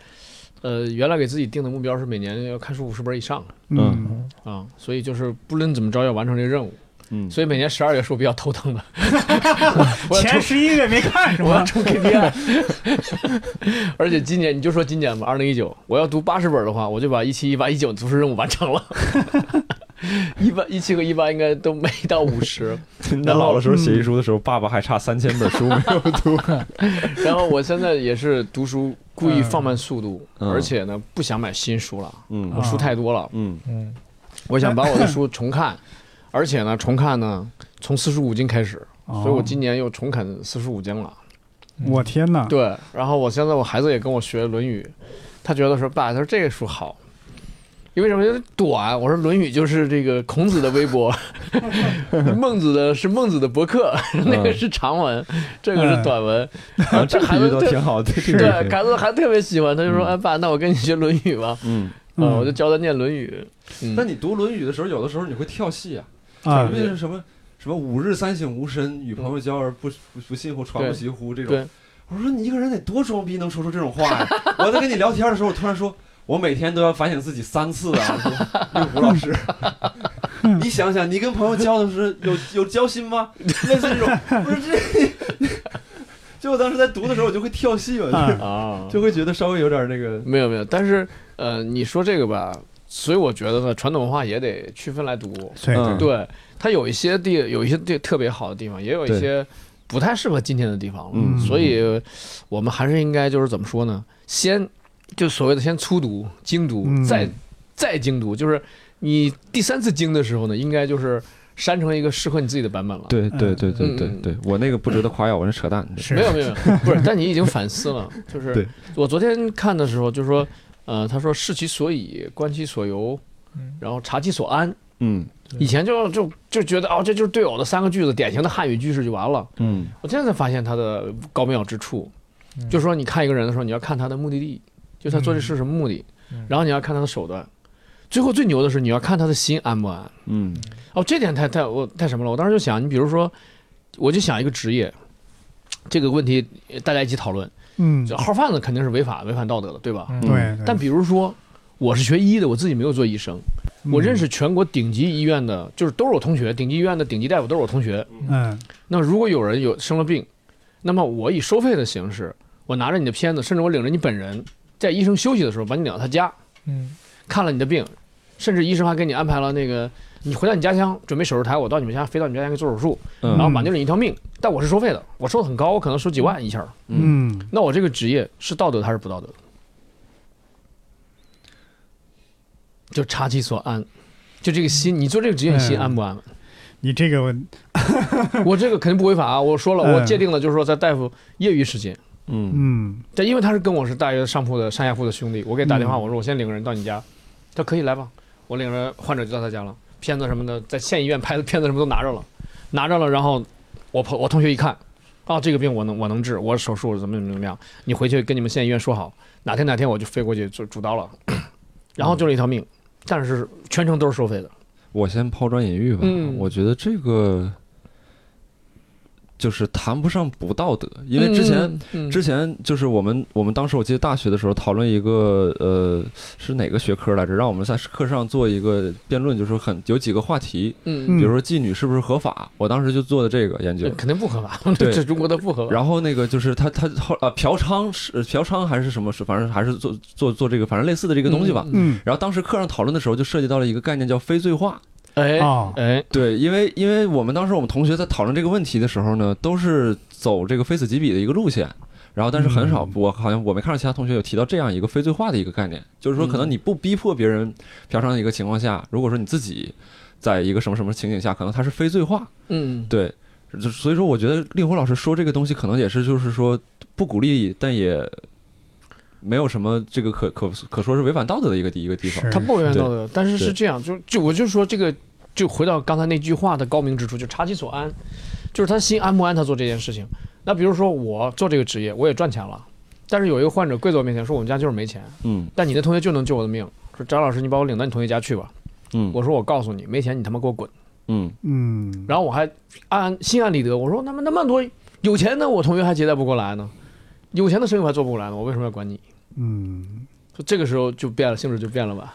呃，原来给自己定的目标是每年要看书五十本以上
嗯
嗯，
啊，所以就是不论怎么着要完成这个任务。
[laughs] 嗯，
所以每年十二月是我比较头
[laughs]
疼的，我要
前
冲，
十一月没看是
嗯我要
吧？
冲 KPI。而且今年你就说今年吧，二零一九，我要读八十本的话，我就把一七、一八、一九读书任务完成了。 [laughs] 一八、一七和一八应该都没到五十，
那老的时候写遗书的时候，爸爸还差三千本书没有读，
然后我现在也是读书故意放慢速度，
嗯
而且呢不想买新书了，
[laughs] 嗯
我书
啊
太多了，
嗯
嗯，
我想把我的书
[laughs]
重看，而且呢，重看呢，从四书五经开始，
哦
所以我今年又重看四书五经了。
哦我天
[laughs]
哪！
对，然后我现在我孩子也跟我学《论语》，他觉得说爸，他说这个书好，因为什么？因为短。我说《论语》就是这个孔子的
[laughs]
微博，孟子的是孟子的博客，
嗯
那个是长文，这个是短文。然后
啊，这个
孩
比
子
喻倒
特
挺好，这这
对
个也可以，
孩子还特别喜欢，他就说：“
嗯
哎，爸，那我跟你学《论语》吧。
嗯。”
嗯
嗯，我就教他念《论语》。嗯
那你读《论语》的时候，有的时候你会跳戏啊，
啊
因，为是什么什么五日三省吾身，与朋友交而不不不信乎，传乎习乎这
对
种。我说你一个人得多装逼能说出这种话呀！我在跟你聊天的时候，我突然说，我每天都要反省自己三次啊！我说胡老
[laughs]
师，你想想，你跟朋友交的是有有交心吗？类似这种，不是这。就我当时在读的时候，我就会跳戏嘛， [laughs]
啊
啊，
就会觉得稍微有点那个，
没有没有，但是呃，你说这个吧，所以我觉得呢，传统文化也得区分来读。
对
嗯
对，它有一些地，有一些地特别好的地方，也有一些不太适合今天的地方了。
嗯
所以我们还是应该就是怎么说呢？先就所谓的先粗读、精读，
嗯
再再精读，就是你第三次精的时候呢，应该就是删成一个适合你自己的版本了。
对对对对
嗯
对
嗯
对，我那个不值得夸耀，我那扯淡。
是
没有没有，不是，但你已经反
[laughs]
思了。就是
对
我昨天看的时候，就说，呃，他说视其所以，观其所由，然后察其所安。
嗯
以前就就就觉得哦，这就是对偶的三个句子，典型的汉语句式就完了。
嗯
我现在才发现它的高妙之处，
嗯
就是说你看一个人的时候，你要看他的目的地，就他做这事什么目的，
嗯
然后你要看他的手段，最后最牛的是你要看他的心安不安。
嗯
哦，这点太太我太什么了？我当时就想，你比如说，我就想一个职业，这个问题呃大家一起讨论。
嗯，
就
对
号贩子肯定是违法违反道德的，对吧？
嗯，
对，
但比如说，我是学医的，我自己没有做医生，
嗯
我认识全国顶级医院的，就是都是我同学，顶级医院的顶级大夫都是我同学。
嗯
那如果有人有生了病，那么我以收费的形式，我拿着你的片子，甚至我领着你本人，在医生休息的时候把你领到他家，
嗯
看了你的病，甚至医生还给你安排了那个，你回到你家乡准备手术台，我到你们家飞到你们家乡给你做手术，然后
嗯
挽救你一条命。但我是收费的，我收的很高，我可能收几万一下。
嗯
嗯，
那我这个职业是道德还是不道德？就察其所安，就这个心，你做这个职业，你心
嗯 [laughs]
安不安？
你这个
我这个肯定不违法啊！我说了，
嗯
我界定了，就是说在大夫业余时间，
嗯
嗯
但因为他是跟我是大约上铺的上下铺的兄弟，我给他打电话，
嗯
我说我先领个人到你家，他可以来吧，我领着患者就到他家了，片子什么的在县医院拍的片子什么都拿着了，拿着了，然后我朋我同学一看，啊，这个病我能我能治，我手术怎么怎么怎么样，你回去跟你们县医院说好，哪天哪天我就飞过去做主刀了，
嗯
然后救了一条命，但是全程都是收费的，
我先抛砖引玉吧，
嗯
我觉得这个就是谈不上不道德，因为之前、
嗯
之前就是我们我们当时我记得大学的时候讨论一个呃是哪个学科来着，让我们在课上做一个辩论，就是很有几个话题，
嗯
比
嗯
如说妓女是不是合法，我当时就做的这个研究
这。肯定不合法，
对
[laughs] 这中国的不合法，
然后那个就是他他后啊嫖娼是嫖娼还是什么是反正还是做做做这个反正类似的这个东西吧。
嗯，
嗯
然后当时课上讨论的时候就涉及到了一个概念叫非罪化，
哎
哦
哎，
对，因为因为我们当时我们同学在讨论这个问题的时候呢，都是走这个非此即彼的一个路线，然后但是很少，
嗯
我好像我没看到其他同学有提到这样一个非罪化的一个概念，就是说可能你不逼迫别人嫖娼的一个情况下，如果说你自己在一个什么什么情景下，可能它是非罪化，
嗯。
对。就所以说，我觉得令狐老师说这个东西，可能也是就是说不鼓励，但也没有什么这个可可可说是违反道德的一个一个地方。
是
他不违反道德，但是
嗯对
是这样，就就我就说这个，就回到刚才那句话的高明之处，就察其所安，就是他心安不安，他做这件事情。那比如说我做这个职业，我也赚钱了，但是有一个患者跪在我面前说我们家就是没钱，
嗯
但你的同学就能救我的命，说张老师你把我领到你同学家去吧。
嗯
我说我告诉你，没钱你他妈给我滚。
嗯
嗯，
然后我还按心安理得，我说那么那么多有钱的我同学还接待不过来呢，有钱的生意我还做不过来呢，我为什么要管你？
嗯，
说这个时候就变了，性质就变了吧。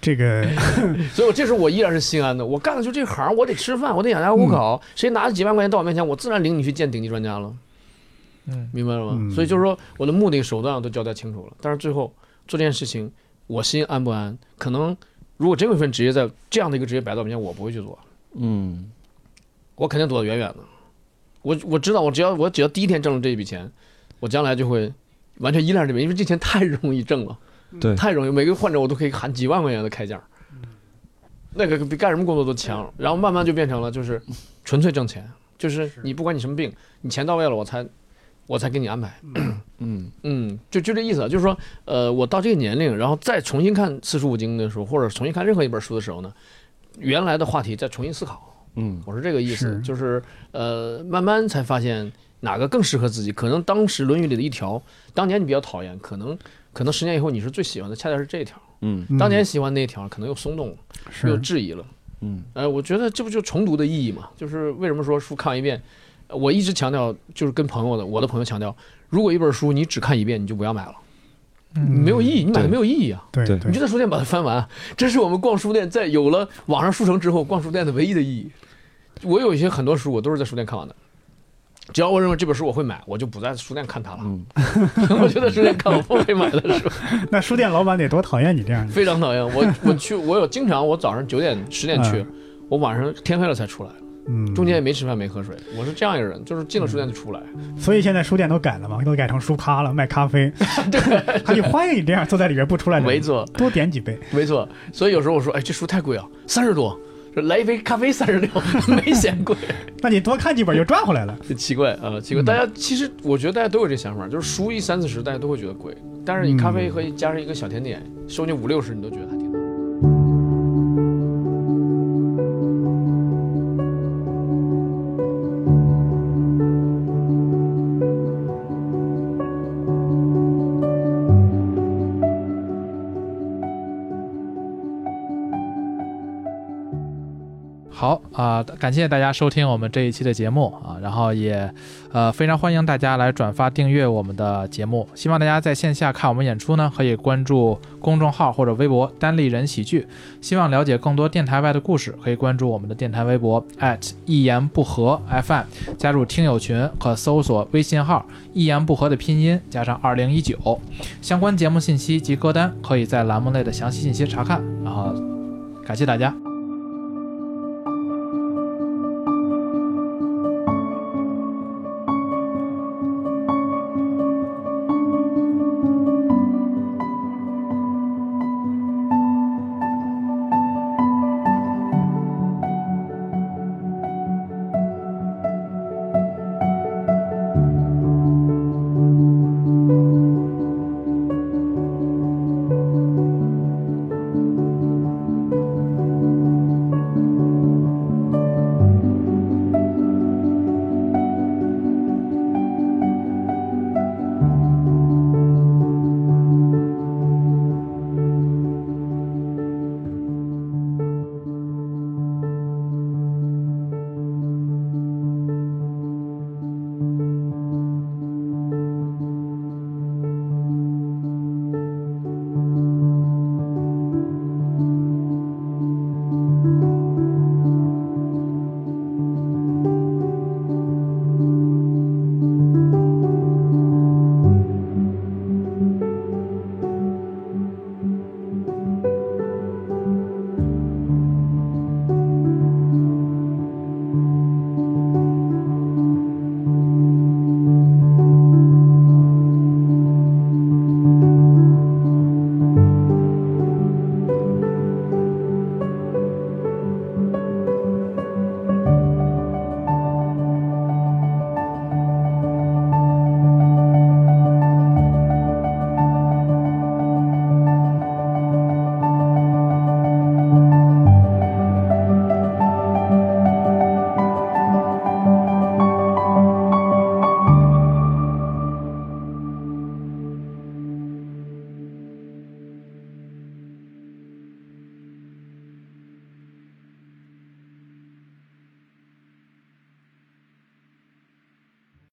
这个
哎 [laughs] 所以我这时候我依然是心安的。我干的就这行，我得吃饭，我得养家糊口。谁拿着几万块钱到我面前，我自然领你去见顶级专家了，
嗯
明白了吗？
嗯
所以就是说，我的目的手段我都交代清楚了，但是最后做这件事情，我心安不安？可能如果真有一份职业在这样的一个职业摆到我面前，我不会去做，
嗯
我肯定躲得远远的。我我知道，我只要我只要第一天挣了这一笔钱，我将来就会完全依赖这笔，因为这钱太容易挣了，
对
太容易，每个患者我都可以喊几万块钱的开价，那个比干什么工作都强。然后慢慢就变成了就是纯粹挣钱，就是你不管你什么病，你钱到位了我才我才给你安排。
嗯
嗯，就就这意思，就是说，呃，我到这个年龄，然后再重新看《四书五经》的时候，或者重新看任何一本书的时候呢，原来的话题再重新思考。
嗯
我是这个意思，
是
就是呃，慢慢才发现哪个更适合自己。可能当时《论语》里的一条，当年你比较讨厌，可能可能十年以后你是最喜欢的，恰恰是这一条。
嗯
当年
嗯
喜欢那一条，可能又松动了，又
是
质疑了。
嗯
呃，我觉得这不就重读的意义嘛？就是为什么说书看完一遍，呃我一直强调，就是跟朋友的，我的朋友强调，如果一本书你只看一遍，你就不要买了，
嗯
没有意义，你买它
对
没有意义啊。
对
对
对，
你就在书店把它翻完，这是我们逛书店在有了网上书城之后逛书店的唯一的意义。我有一些很多书我都是在书店看完的，只要我认为这本书我会买，我就不在书店看它
[laughs]
了。
嗯，
我就在书店看我不会买的书，
那书店老板得多讨厌你这样的
非常讨厌。我我去，我有经常我早上九点十点去，我晚上天黑了才出来，
嗯，
中间也没吃饭没喝水。我是这样一个人，就是进了书店就出来。
所以现在书店都改了嘛，都改成书咖了，卖
[laughs]
咖啡，对，他就欢迎你这样坐在里边不出来的
没
人，
错，
多点几杯，
没错。所以有时候我说，哎，这书太贵啊，三十多，来一杯咖啡三十六， [laughs] 没嫌贵。
那你多看几本就赚回来了。
很奇怪啊、呃奇怪。大家其实我觉得大家都有这想法，就是书一三四十，大家都会觉得贵，但是你咖啡和加上一个小甜点，收你五六十，你都觉得还挺好。
好啊、感谢大家收听我们这一期的节目啊，然后也呃非常欢迎大家来转发订阅我们的节目。希望大家在线下看我们演出呢，可以关注公众号或者微博“单立人喜剧”。希望了解更多电台外的故事，可以关注我们的电台微博一言不合 FM，加入听友群，可搜索微信号“一言不合”的拼音加上二零一九。相关节目信息及歌单可以在栏目内的详细信息查看。然后感谢大家，